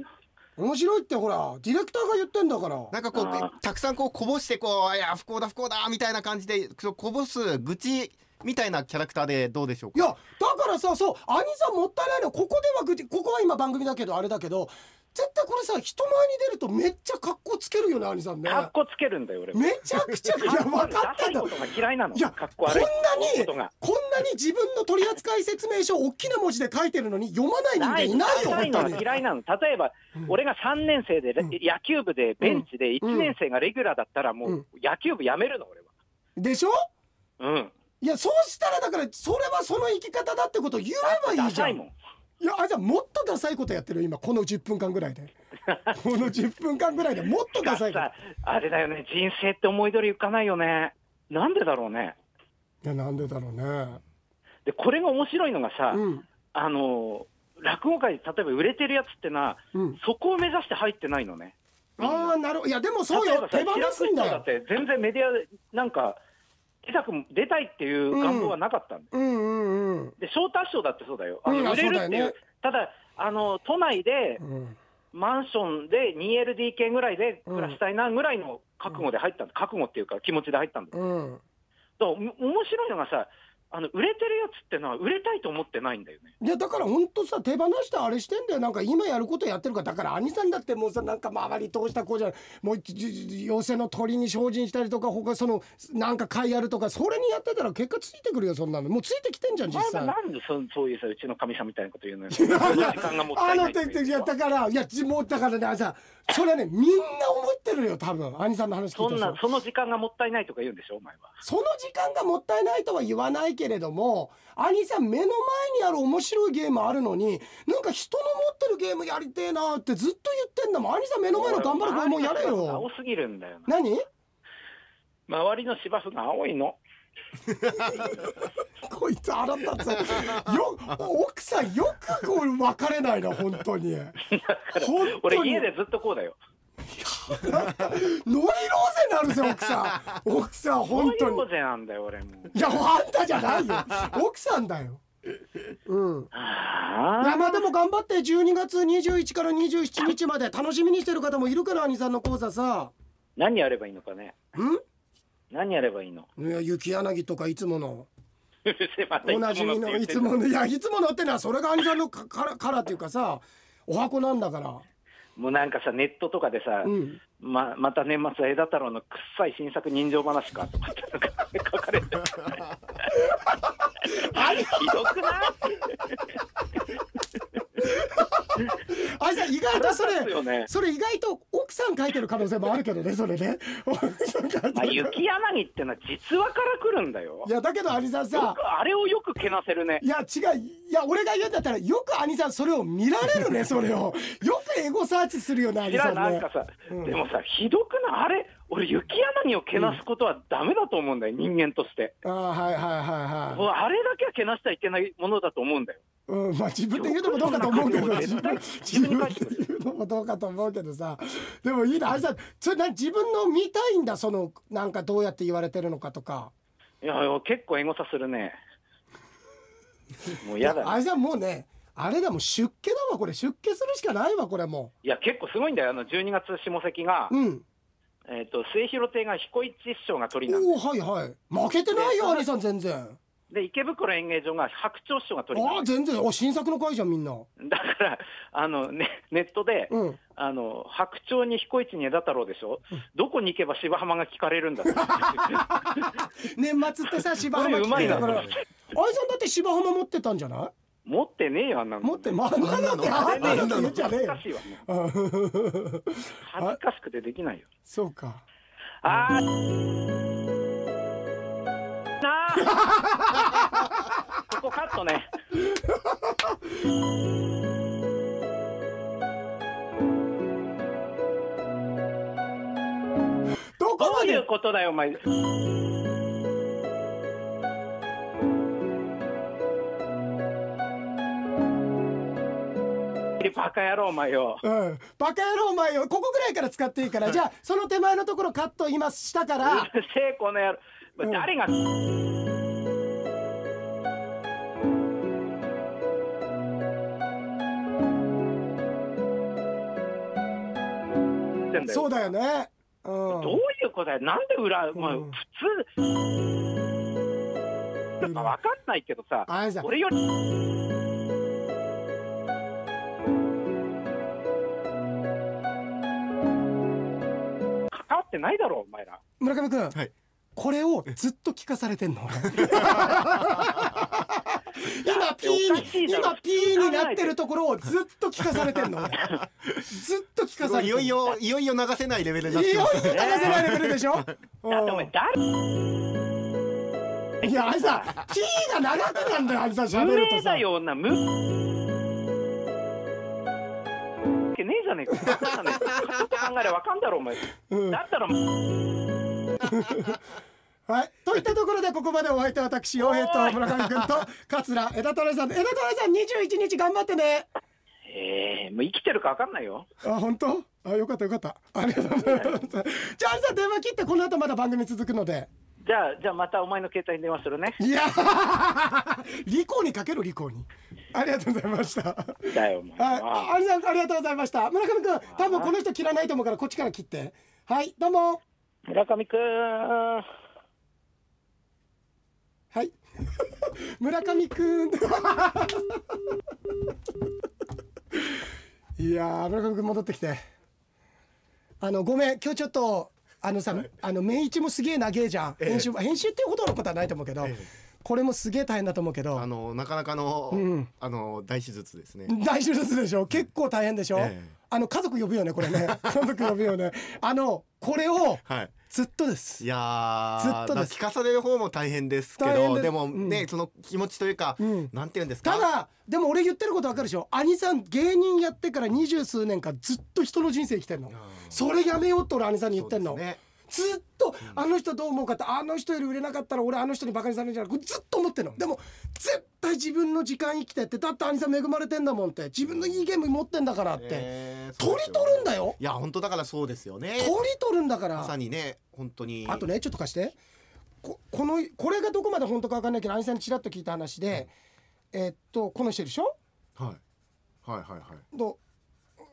Speaker 1: 面白いってほらディレクターが言ってんだから
Speaker 2: なんかこう
Speaker 3: あー
Speaker 2: たくさんこうこぼしてこういや不幸だ不幸だみたいな感じでそうこぼす愚痴みたいなキャラクターでどうでしょう
Speaker 1: い
Speaker 2: か
Speaker 1: やだからさそう兄さんもったいないのここではぐちここは今番組だけどあれだけど絶対これさ人前に出るとめっちゃ格好つけるよね兄さんね
Speaker 3: かっこつけるんだよ、俺も。
Speaker 1: めちゃくちゃいや分かってんだ
Speaker 3: ダサいことが嫌いなの。
Speaker 1: いや
Speaker 3: かっこ
Speaker 1: こんな
Speaker 3: 悪い。
Speaker 1: にこと
Speaker 3: こが
Speaker 1: んなに自分の取扱説明書を大きな文字で書いてるのに読まない人間いないよ
Speaker 3: ない
Speaker 1: 本
Speaker 3: の
Speaker 1: 当
Speaker 3: は
Speaker 1: に
Speaker 3: 嫌いなの。例えば、俺が3年生で、野球部でベンチで、1年生がレギュラーだったら、もう野球部やめるの、俺
Speaker 1: でしょ
Speaker 3: は。うん。
Speaker 1: いやそうしたらだからそれはその生き方だってことを言えばい
Speaker 3: ダ
Speaker 1: いじゃ
Speaker 3: サい
Speaker 1: ん
Speaker 3: もん。
Speaker 1: いやあいつはもっとダサいことやってるよ今この10分間ぐらい でこの10分間ぐらいでもっとダサいこと
Speaker 3: さあれだよね、人生って思い通りいかないよね。なんでだろうね。
Speaker 1: いやなんでだろうね
Speaker 3: で、これが面白いのがさ、
Speaker 1: うん
Speaker 3: あの、落語界で例えば売れてるやつってな、
Speaker 1: うん
Speaker 3: そこを目指して入ってないのね。
Speaker 1: ああなるほどいやでもそう
Speaker 3: 例えば
Speaker 1: よ
Speaker 3: さ
Speaker 1: 手放すんだ
Speaker 3: 平
Speaker 1: よ
Speaker 3: 子師匠だって全然メディアで、なんか、出たくも出たいっていう願望はなかったんだよ
Speaker 1: うんうんうん
Speaker 3: で翔太師匠だってそうだよ、あの
Speaker 1: うんあ
Speaker 3: 売れるっていう、
Speaker 1: そうだよね
Speaker 3: ただあの、都内で
Speaker 1: うん
Speaker 3: マンションで 2LDK ぐらいで暮らしたいなぐらいの覚悟で入ったんだ、覚悟っていうか、気持ちで入ったんだ、だか
Speaker 1: うん
Speaker 3: らお面白いのがさ、あの売れてるやつってのは、売れたいと思ってないんだよね。
Speaker 1: いやだから本当さ手放してあれしてんだよなんか今やることやってるからだから兄さんだってもうさなんか周り通した子じゃんもうじじ寄せの鳥に精進したりとか他そのなんか買いやるとかそれにやってたら結果ついてくるよそんなのもうついてきてんじゃん実
Speaker 3: ま
Speaker 1: 際
Speaker 3: だなんでそそういうさ、うちのかみさんみたいなこと言うのよ。時
Speaker 1: いや
Speaker 3: 間がもったいない
Speaker 1: あのてていやだからいやじもうだからねさそれはねみんな思ってるよ多分兄さんの話聞
Speaker 3: そ
Speaker 1: いて
Speaker 3: ん
Speaker 1: さ
Speaker 3: な、その時間がもったいないとか言うんでしょ、お前は。
Speaker 1: その時間がもったいないとは言わないけれども兄さん目の前にある面白いゲームあるのになんか人の持ってるゲームやりてえなってずっと言ってんだもん兄さん目の前の頑張るゲームもやれ
Speaker 3: 俺は
Speaker 1: よ
Speaker 3: 青すぎるんだよな。
Speaker 1: 何
Speaker 3: 周りの芝生が青いの。
Speaker 1: こいつ腹立 つよ奥さんよくこう別れないな本当に本
Speaker 3: 俺家でずっとこうだよ。
Speaker 1: なんかノイローゼになるぜ奥さん奥さん本当に
Speaker 3: ノイローゼなんだよ俺も。
Speaker 1: いやあんたじゃないよ奥さんだようん
Speaker 3: あ
Speaker 1: いや
Speaker 3: あ。
Speaker 1: まあでも頑張って12月21から27日まで楽しみにしてる方もいるから兄さんの講座さ
Speaker 3: 何やればいいのかね。
Speaker 1: ん
Speaker 3: 何やればいいの。
Speaker 1: いや雪柳とかいつもの
Speaker 3: うるせえまた
Speaker 1: おなじみのいつも
Speaker 3: のって言ってんだ。
Speaker 1: のいやいつものってのはそれが兄さんのか からからっていうかさお箱なんだから
Speaker 3: もうなんかさネットとかでさ、
Speaker 1: うん
Speaker 3: ままた年末は枝太郎のくっさい新作人情話かとかってなんか書かれてる。あれひどくない？
Speaker 1: あいさん意外とそ
Speaker 3: ですよね
Speaker 1: れそれ意外と奥さん書いてる可能性もあるけどねそれね奥さ ん書いてる
Speaker 3: まあ雪柳ってのは実話から来るんだよ
Speaker 1: い。やだけど兄さん
Speaker 3: よ
Speaker 1: さ
Speaker 3: くあれをよくけなせるね。
Speaker 1: いや違ういや俺が言うんだったらよく兄さんそれを見られるねそれをよくエゴサーチするよね
Speaker 3: い
Speaker 1: 兄さ
Speaker 3: や
Speaker 1: ん
Speaker 3: なん
Speaker 1: ね
Speaker 3: かさ、
Speaker 1: うん
Speaker 3: でもさひどくないあれ俺雪柳をけなすことはダメだと思うんだよ、人間として、
Speaker 1: あーはいはいはい
Speaker 3: もう
Speaker 1: は
Speaker 3: あれだけはけなしちゃいけないものだと思うんだよ
Speaker 1: いうんまあ自分で言うのもどうかと思うけど
Speaker 3: よく
Speaker 1: 自
Speaker 3: そんな
Speaker 1: 分
Speaker 3: こと
Speaker 1: 自分で言うのもどうかと思うけどさでもいいな兄さんそれ何自分の見たいんだそのなんかどうやって言われてるのかとか
Speaker 3: いや結構エゴサするねもうやだね
Speaker 1: 兄さんもうねあれだもう出家だわこれ出家するしかないわこれも
Speaker 3: いや結構すごいんだよあの12月下関が、
Speaker 1: ううん
Speaker 3: えっと末広亭が彦一師匠が鳥なんで
Speaker 1: おおはいはい負けてないよ
Speaker 3: で
Speaker 1: 兄さん全然あ
Speaker 3: で池袋演芸場が白鳥師匠が鳥な
Speaker 1: あ
Speaker 3: んで
Speaker 1: 全然お新作の回じゃんみんな
Speaker 3: だからあの、ね、ネットで、
Speaker 1: うん
Speaker 3: あの白鳥に彦一に枝太郎でしょ、どこに行けば芝浜が聞かれる んだって
Speaker 1: 年末ってさ芝浜
Speaker 3: これうまいな
Speaker 1: だから兄さんだって芝浜持ってたんじゃない
Speaker 3: 持ってねえよあんなの
Speaker 1: 持ってまああんなのってあ
Speaker 3: あん
Speaker 1: んな
Speaker 3: な
Speaker 1: の
Speaker 3: の
Speaker 1: って言っちゃねえ
Speaker 3: 恥ず
Speaker 1: よ
Speaker 3: かしいわ
Speaker 1: うん
Speaker 3: 恥ずかしくてできないよ
Speaker 1: そうか
Speaker 3: あーなあここカットね
Speaker 1: どこ
Speaker 3: ど
Speaker 1: ま
Speaker 3: うい
Speaker 1: で
Speaker 3: うことだよお前バカ野郎お前よ
Speaker 1: うん、バカ野郎お前よここぐらいから使っていいからじゃあその手前のところカット今したか
Speaker 3: う
Speaker 1: ら
Speaker 3: るせえこの野郎
Speaker 1: うん
Speaker 3: 誰が
Speaker 1: そうだよねう
Speaker 3: どういうことだよなんで裏、まあ、
Speaker 1: うん
Speaker 3: 普通
Speaker 1: ん
Speaker 3: まあわかんないけどさ
Speaker 1: あいさん
Speaker 3: 俺より関わってないだろお前ら
Speaker 1: 村上君、
Speaker 2: はい
Speaker 1: これをずっと聞かされてんの俺 今ピ
Speaker 3: おかし
Speaker 1: ー
Speaker 3: い
Speaker 1: に
Speaker 3: だろ
Speaker 1: 今ピーになってるところをずっと聞かされてんの俺ずっと聞かされてんの
Speaker 2: いよいよいよいよ流せないレベルになって
Speaker 1: いよ
Speaker 2: ます
Speaker 1: いよ話せないレベルでしょ、
Speaker 3: だってお前誰
Speaker 1: うんいやあれさピーが長くなんだよあれさ喋
Speaker 3: 無
Speaker 1: ると
Speaker 3: 名
Speaker 1: さ
Speaker 3: だよ女無けねえじゃねえかバカだねちょっと考えればわかんだろお前
Speaker 1: うん
Speaker 3: だったら
Speaker 1: はい、といったところでここまでお相手は私洋平と村上君と桂枝太郎さん枝太郎さん21日頑張ってね
Speaker 3: ええもう生きてるかわかんないよ
Speaker 1: あ本当あよかったよかったありがとうございますじゃああんさん電話切ってこの後まだ番組続くので
Speaker 3: じゃあじゃあまたお前の携帯に電話するね
Speaker 1: いやー利口にかけろ利口にありがとうございましたはい
Speaker 3: だよお前
Speaker 1: あありさんありがとうございました村上君多分この人切らないと思うからこっちから切ってはいどうも
Speaker 3: 村上くん
Speaker 1: はい。 村上くん。 いやー、村上くん戻ってきて。あの、ごめん、今日ちょっと、あのさ、あの、明一もすげえ長えじゃん。編集、編集っていうほどのことはないと思うけど。
Speaker 2: ええ
Speaker 1: これもすげえ大変だと思うけど
Speaker 2: あ。のなかなかの、
Speaker 1: うん
Speaker 2: あの大手術ですね。
Speaker 1: 大手術でしょ結構大変でしょ、
Speaker 2: ええ
Speaker 1: あの家族呼ぶよねこれ ね家族呼ぶよねあのこれを
Speaker 2: はい。
Speaker 1: ずっとです
Speaker 2: いやー
Speaker 1: ずっとです
Speaker 2: 聞かされる方も大変ですけ
Speaker 1: 大変で
Speaker 2: ど、
Speaker 1: す
Speaker 2: でもね、
Speaker 1: うん
Speaker 2: その気持ちというか、
Speaker 1: うん
Speaker 2: なんて言うんですか。
Speaker 1: ただでも俺言ってることわかるでしょ兄さん芸人やってから二十数年間ずっと人の人生生きてんのそれやめようって俺兄さんに言ってんの
Speaker 2: そうですね
Speaker 1: ずっとあの人どう思うかってあの人より売れなかったら俺あの人にバカにされるんじゃないこれずっと思ってるのでも絶対自分の時間生きてってだって兄さん恵まれてんだもんって自分のいいゲーム持ってんだからって、
Speaker 2: えー
Speaker 1: 取り取るんだよ
Speaker 2: いや本当だからそうですよね
Speaker 1: 取り取るんだから
Speaker 2: まさにね本当に
Speaker 1: あとねちょっと貸してここのこれがどこまで本当か分かんないけど兄さんにちらっと聞いた話で、えーっとこの人でしょ
Speaker 2: はいはいはい
Speaker 1: ど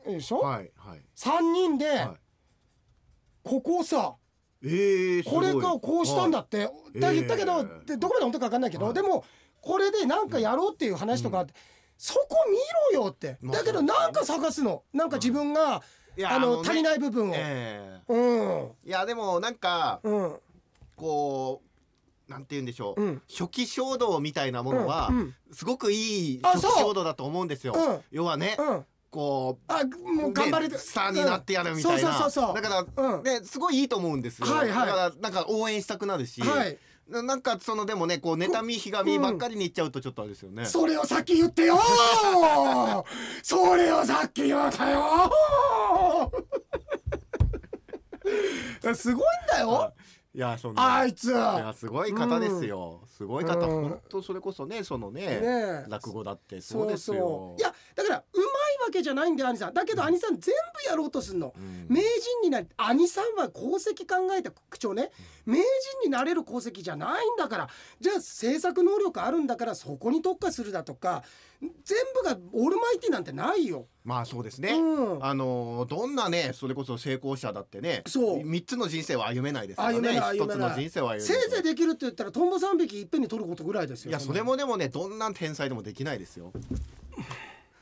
Speaker 1: うでしょ、
Speaker 2: はいはいはい
Speaker 1: 3人で、
Speaker 2: はい
Speaker 1: ここをさ
Speaker 2: えーす
Speaker 1: こ
Speaker 2: ごい
Speaker 1: れかをこうしたんだって、
Speaker 2: い
Speaker 1: だ言ったけど、
Speaker 2: えー
Speaker 1: でどこまで本当か分かんないけど、
Speaker 2: はい
Speaker 1: でもこれでなんかやろうっていう話とかあって、そこ見ろよって、
Speaker 2: まあ
Speaker 1: だけど
Speaker 2: そうですね
Speaker 1: なんか探すのなんか自分が、
Speaker 2: いや
Speaker 1: あの
Speaker 2: ね
Speaker 1: 足りない部分を、
Speaker 2: え
Speaker 1: うん
Speaker 2: えいやでもなんか
Speaker 1: うん
Speaker 2: こうなんて言うんでしょう、
Speaker 1: うん
Speaker 2: 初期衝動みたいなものは、
Speaker 1: うんうん
Speaker 2: すごくいい
Speaker 1: あ
Speaker 2: 初期
Speaker 1: そう
Speaker 2: 衝動だと思うんですよ、
Speaker 1: うん
Speaker 2: 要はね、
Speaker 1: うん
Speaker 2: こう
Speaker 1: あもう頑張れ
Speaker 2: ね
Speaker 1: て
Speaker 2: スターになってやるみたいな、
Speaker 1: うんそうそうそうそう
Speaker 2: だから、
Speaker 1: うん
Speaker 2: ねすごいいいと思うんですよ、
Speaker 1: はいはい
Speaker 2: だからなんか応援したくなるし、
Speaker 1: はい
Speaker 2: ななんかそのでもねこう妬みひがみばっかりにいっちゃうとちょっとあれですよね、
Speaker 1: それを先言ってよ ーそれをさっき言ったよー すごいんだよ
Speaker 2: いやそんな
Speaker 1: あいつ
Speaker 2: いやすごい方ですよ、すごい方、
Speaker 1: うん
Speaker 2: 本当それこそねそのね
Speaker 1: ねえ
Speaker 2: 落語だってそうですよ
Speaker 1: そうそういやだからうまいわけじゃないんだよ兄さんだけど兄さん全部やろうとすんの、
Speaker 2: うん
Speaker 1: 名人になり兄さんは功績考えた口調ね名人になれる功績じゃないんだからじゃあ制作能力あるんだからそこに特化するだとか全部がオールマイティなんてないよ
Speaker 2: まあそうですね、
Speaker 1: うん
Speaker 2: あのーどんなねそれこそ成功者だってね
Speaker 1: そう
Speaker 2: 3つの人生は歩めないですから
Speaker 1: 歩め
Speaker 2: ね
Speaker 1: ない
Speaker 2: 一
Speaker 1: 歩
Speaker 2: つ
Speaker 1: めない
Speaker 2: の人生は歩めない
Speaker 1: せいぜいできるって言ったらトンボ3匹いっぺんに取ることぐらいですよ
Speaker 2: いやそれもでもねどんな天才でもできないですよ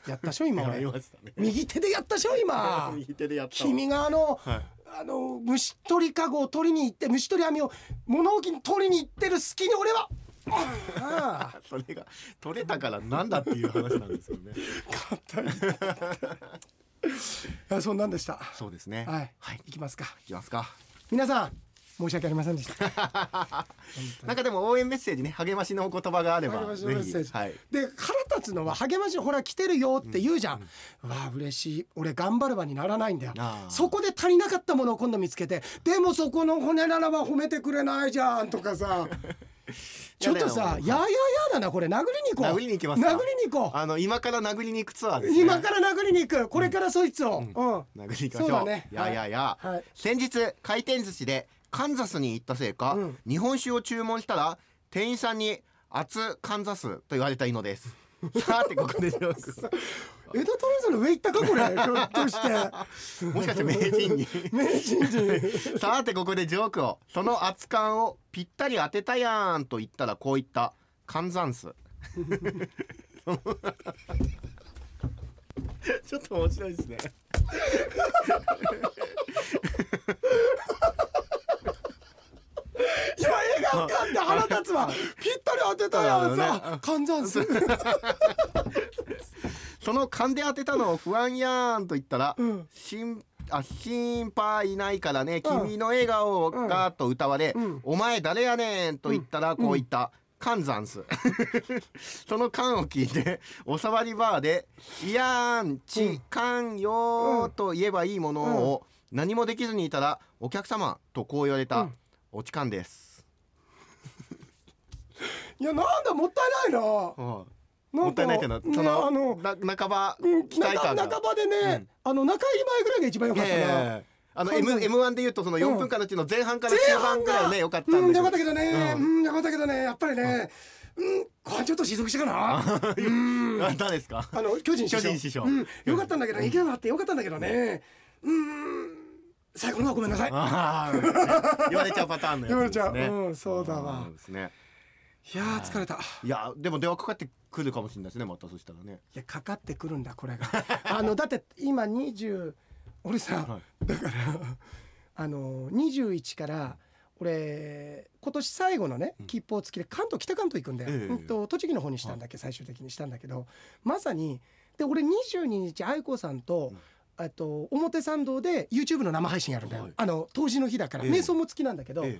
Speaker 1: やったでしょ今
Speaker 2: やり
Speaker 1: 俺
Speaker 2: ましたね
Speaker 1: 右手でやったでしょ 今
Speaker 2: 右手でやったわ
Speaker 1: 君があの、
Speaker 2: はい
Speaker 1: あの虫取りかごを取りに行って虫取り網を物置に取りに行ってる隙に俺は ああ
Speaker 2: あそれが取れたからなんだっていう話なんですよね
Speaker 1: いやそんなんでした
Speaker 2: そうですね
Speaker 1: はい、
Speaker 2: はい
Speaker 1: 行きますか
Speaker 2: いきますか
Speaker 1: 皆さん申し訳ありませんでした
Speaker 2: なんかでも応援メッセージね励ましのお言葉があれ
Speaker 1: 励
Speaker 2: ば
Speaker 1: まし
Speaker 2: ぜ
Speaker 1: のメッセージ
Speaker 2: ひはい
Speaker 1: で腹立つのは励ましほら来てるよって言うじゃん、わあ嬉しい俺頑張る場にならないんだよ
Speaker 2: ああ
Speaker 1: そこで足りなかったものを今度見つけてでもそこの骨ならば褒めてくれないじゃんと かさちょっとさ
Speaker 2: い
Speaker 1: や
Speaker 2: や
Speaker 1: ややだなこれ殴りに行こう
Speaker 2: 殴りに行きますか
Speaker 1: 殴りに行こう
Speaker 2: あの今から殴りに行くツアーですね
Speaker 1: 今から殴りに行くこれからそいつを、うん
Speaker 2: 殴りに行きまし
Speaker 1: そう
Speaker 2: ょ
Speaker 1: だ
Speaker 2: う
Speaker 1: ね
Speaker 2: いやいやいや、
Speaker 1: はい
Speaker 2: 先日回転寿司でカンザスに行ったせいか、
Speaker 1: うん
Speaker 2: 日本酒を注文したら店員さんに熱カンザスと言われたいの ですさてここでジョー
Speaker 1: 江戸トレーの上行ったか これひょっとして
Speaker 2: ク もしかして名人に
Speaker 1: 名人人
Speaker 2: さてここでジョークをその熱燗をぴったり当てたやんと言ったらこう言ったカンザンスちょっと面白いですね
Speaker 1: 今映画館で腹立 つわぴったり当てたやんさ換算する
Speaker 2: その勘で当てたのを不安やーんと言ったら、
Speaker 1: うん
Speaker 2: 心あ心配ないからね君の笑顔がと歌われ、
Speaker 1: ん
Speaker 2: お前誰やねんと言ったらこう言った、カンザンス その缶を聞い ておさわりバーで「いやーんちかんよー」と言えばいいものを何もできずにいたら「お客様」とこう言われた、
Speaker 1: うん
Speaker 2: おちかんです、
Speaker 1: いやなんだもったいないな
Speaker 2: も
Speaker 1: な
Speaker 2: ったいないってのは
Speaker 1: ね
Speaker 2: その
Speaker 1: あの
Speaker 2: な半ば
Speaker 1: うん
Speaker 2: 期待
Speaker 1: 中
Speaker 2: 感が
Speaker 1: 半ばでね、あの中入り前ぐらいが一番良かったな、
Speaker 2: ええあの
Speaker 1: 完
Speaker 2: M
Speaker 1: 全
Speaker 2: M1 でいうとその4分間のうちの前半から中盤ぐらいね良かった
Speaker 1: うんん
Speaker 2: で
Speaker 1: よか
Speaker 2: す
Speaker 1: ったけどね、う
Speaker 2: うん
Speaker 1: んよかったけどねやっぱりねうんこれちょっと失速したか な
Speaker 2: あ誰で すか
Speaker 1: あの巨人師匠
Speaker 2: 巨人師匠
Speaker 1: うん、よかったんだけど勢いがあってよかったんだけどねうん最後のはごめんなさい
Speaker 2: ああ 言われちゃうパターンのやつですね
Speaker 1: 言われちゃううんそうだわ
Speaker 2: そうですね
Speaker 1: いやー疲れたい
Speaker 2: いやでも電話かかってくるかもしれないですねまたそしたらね
Speaker 1: やかかってくるんだこれがあのだって今20俺さ、
Speaker 2: は
Speaker 1: だからあの21から俺今年最後のね切符を付きで関東北関東行くんだよ、
Speaker 2: ええ
Speaker 1: うんと栃木の方にしたんだっけ、最終的にしたんだけどまさにで俺22日愛子さんと、あと表参道で YouTube の生配信やるんだよ、
Speaker 2: はい
Speaker 1: あの当時の日だから、
Speaker 2: ええ
Speaker 1: 瞑想も付きなんだけど、
Speaker 2: え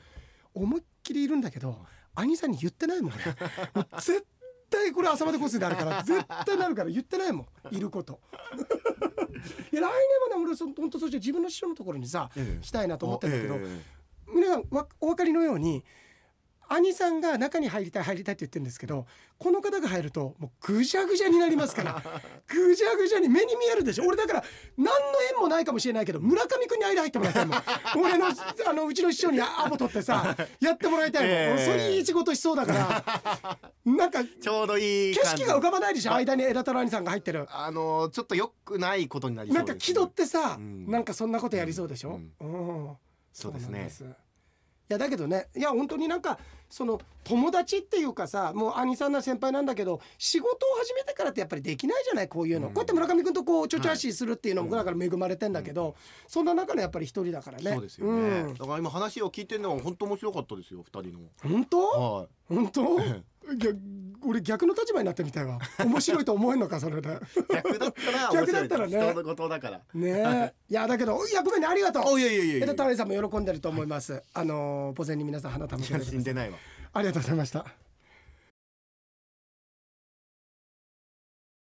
Speaker 1: 思いっきりいるんだけど兄さんに言ってないもん俺もう絶対これ朝までコースになるから絶対なるから言ってないもんいる こといや来年はね俺そ本当そして自分の師匠のところにさ
Speaker 2: ええ
Speaker 1: 来たいなと思ってんだけど、
Speaker 2: ええ
Speaker 1: 皆さんわお分かりのように兄さんが中に入りたい入りたいって言ってるんですけどこの方が入るともうぐじゃぐじゃになりますから ぐじゃぐじゃに目に見えるでしょ俺だから何の縁もないかもしれないけど村上君に間入ってもらいたい もん俺のあのうちの師匠にアボ取ってさやってもらいたいもん、
Speaker 2: ええ
Speaker 1: それいい仕事しそうだから なんか
Speaker 2: ちょうどいい
Speaker 1: 景
Speaker 2: 感じ
Speaker 1: 色が浮かばないでしょ間に枝太郎兄さんが入ってる。
Speaker 2: あのちょっと良くないことになりそう
Speaker 1: な
Speaker 2: で
Speaker 1: ん
Speaker 2: す、
Speaker 1: か気取ってさ、
Speaker 2: うん
Speaker 1: なんかそんなことやりそうでしょ、うん
Speaker 2: そうですね
Speaker 1: なんいやだけどねいや本当になんかその友達っていうかさもう兄さんな先輩なんだけど仕事を始めてからってやっぱりできないじゃないこういうの、
Speaker 2: うん
Speaker 1: こうやって村上君とこうちょちょ足するっていうのも僕だから恵まれてんだけど、そんな中のやっぱり一人だからね
Speaker 2: そうですよね、だから今話を聞いてるのは本当面白かったですよ二人
Speaker 1: うん、本当、
Speaker 2: のはい
Speaker 1: 本当いや俺逆の立場になってみたいわ面白いと思えんのかそれで
Speaker 2: 逆だったら
Speaker 1: 逆だったらね
Speaker 2: 面白い人のことだから
Speaker 1: ねえいやだけどいやごめんねありがとう
Speaker 2: おいやいやいやい
Speaker 1: 江
Speaker 2: や
Speaker 1: 田太郎さんも喜んでると思います。あのー、墓前に皆さん花束を
Speaker 2: いや死んでないわ
Speaker 1: ありがとうございました。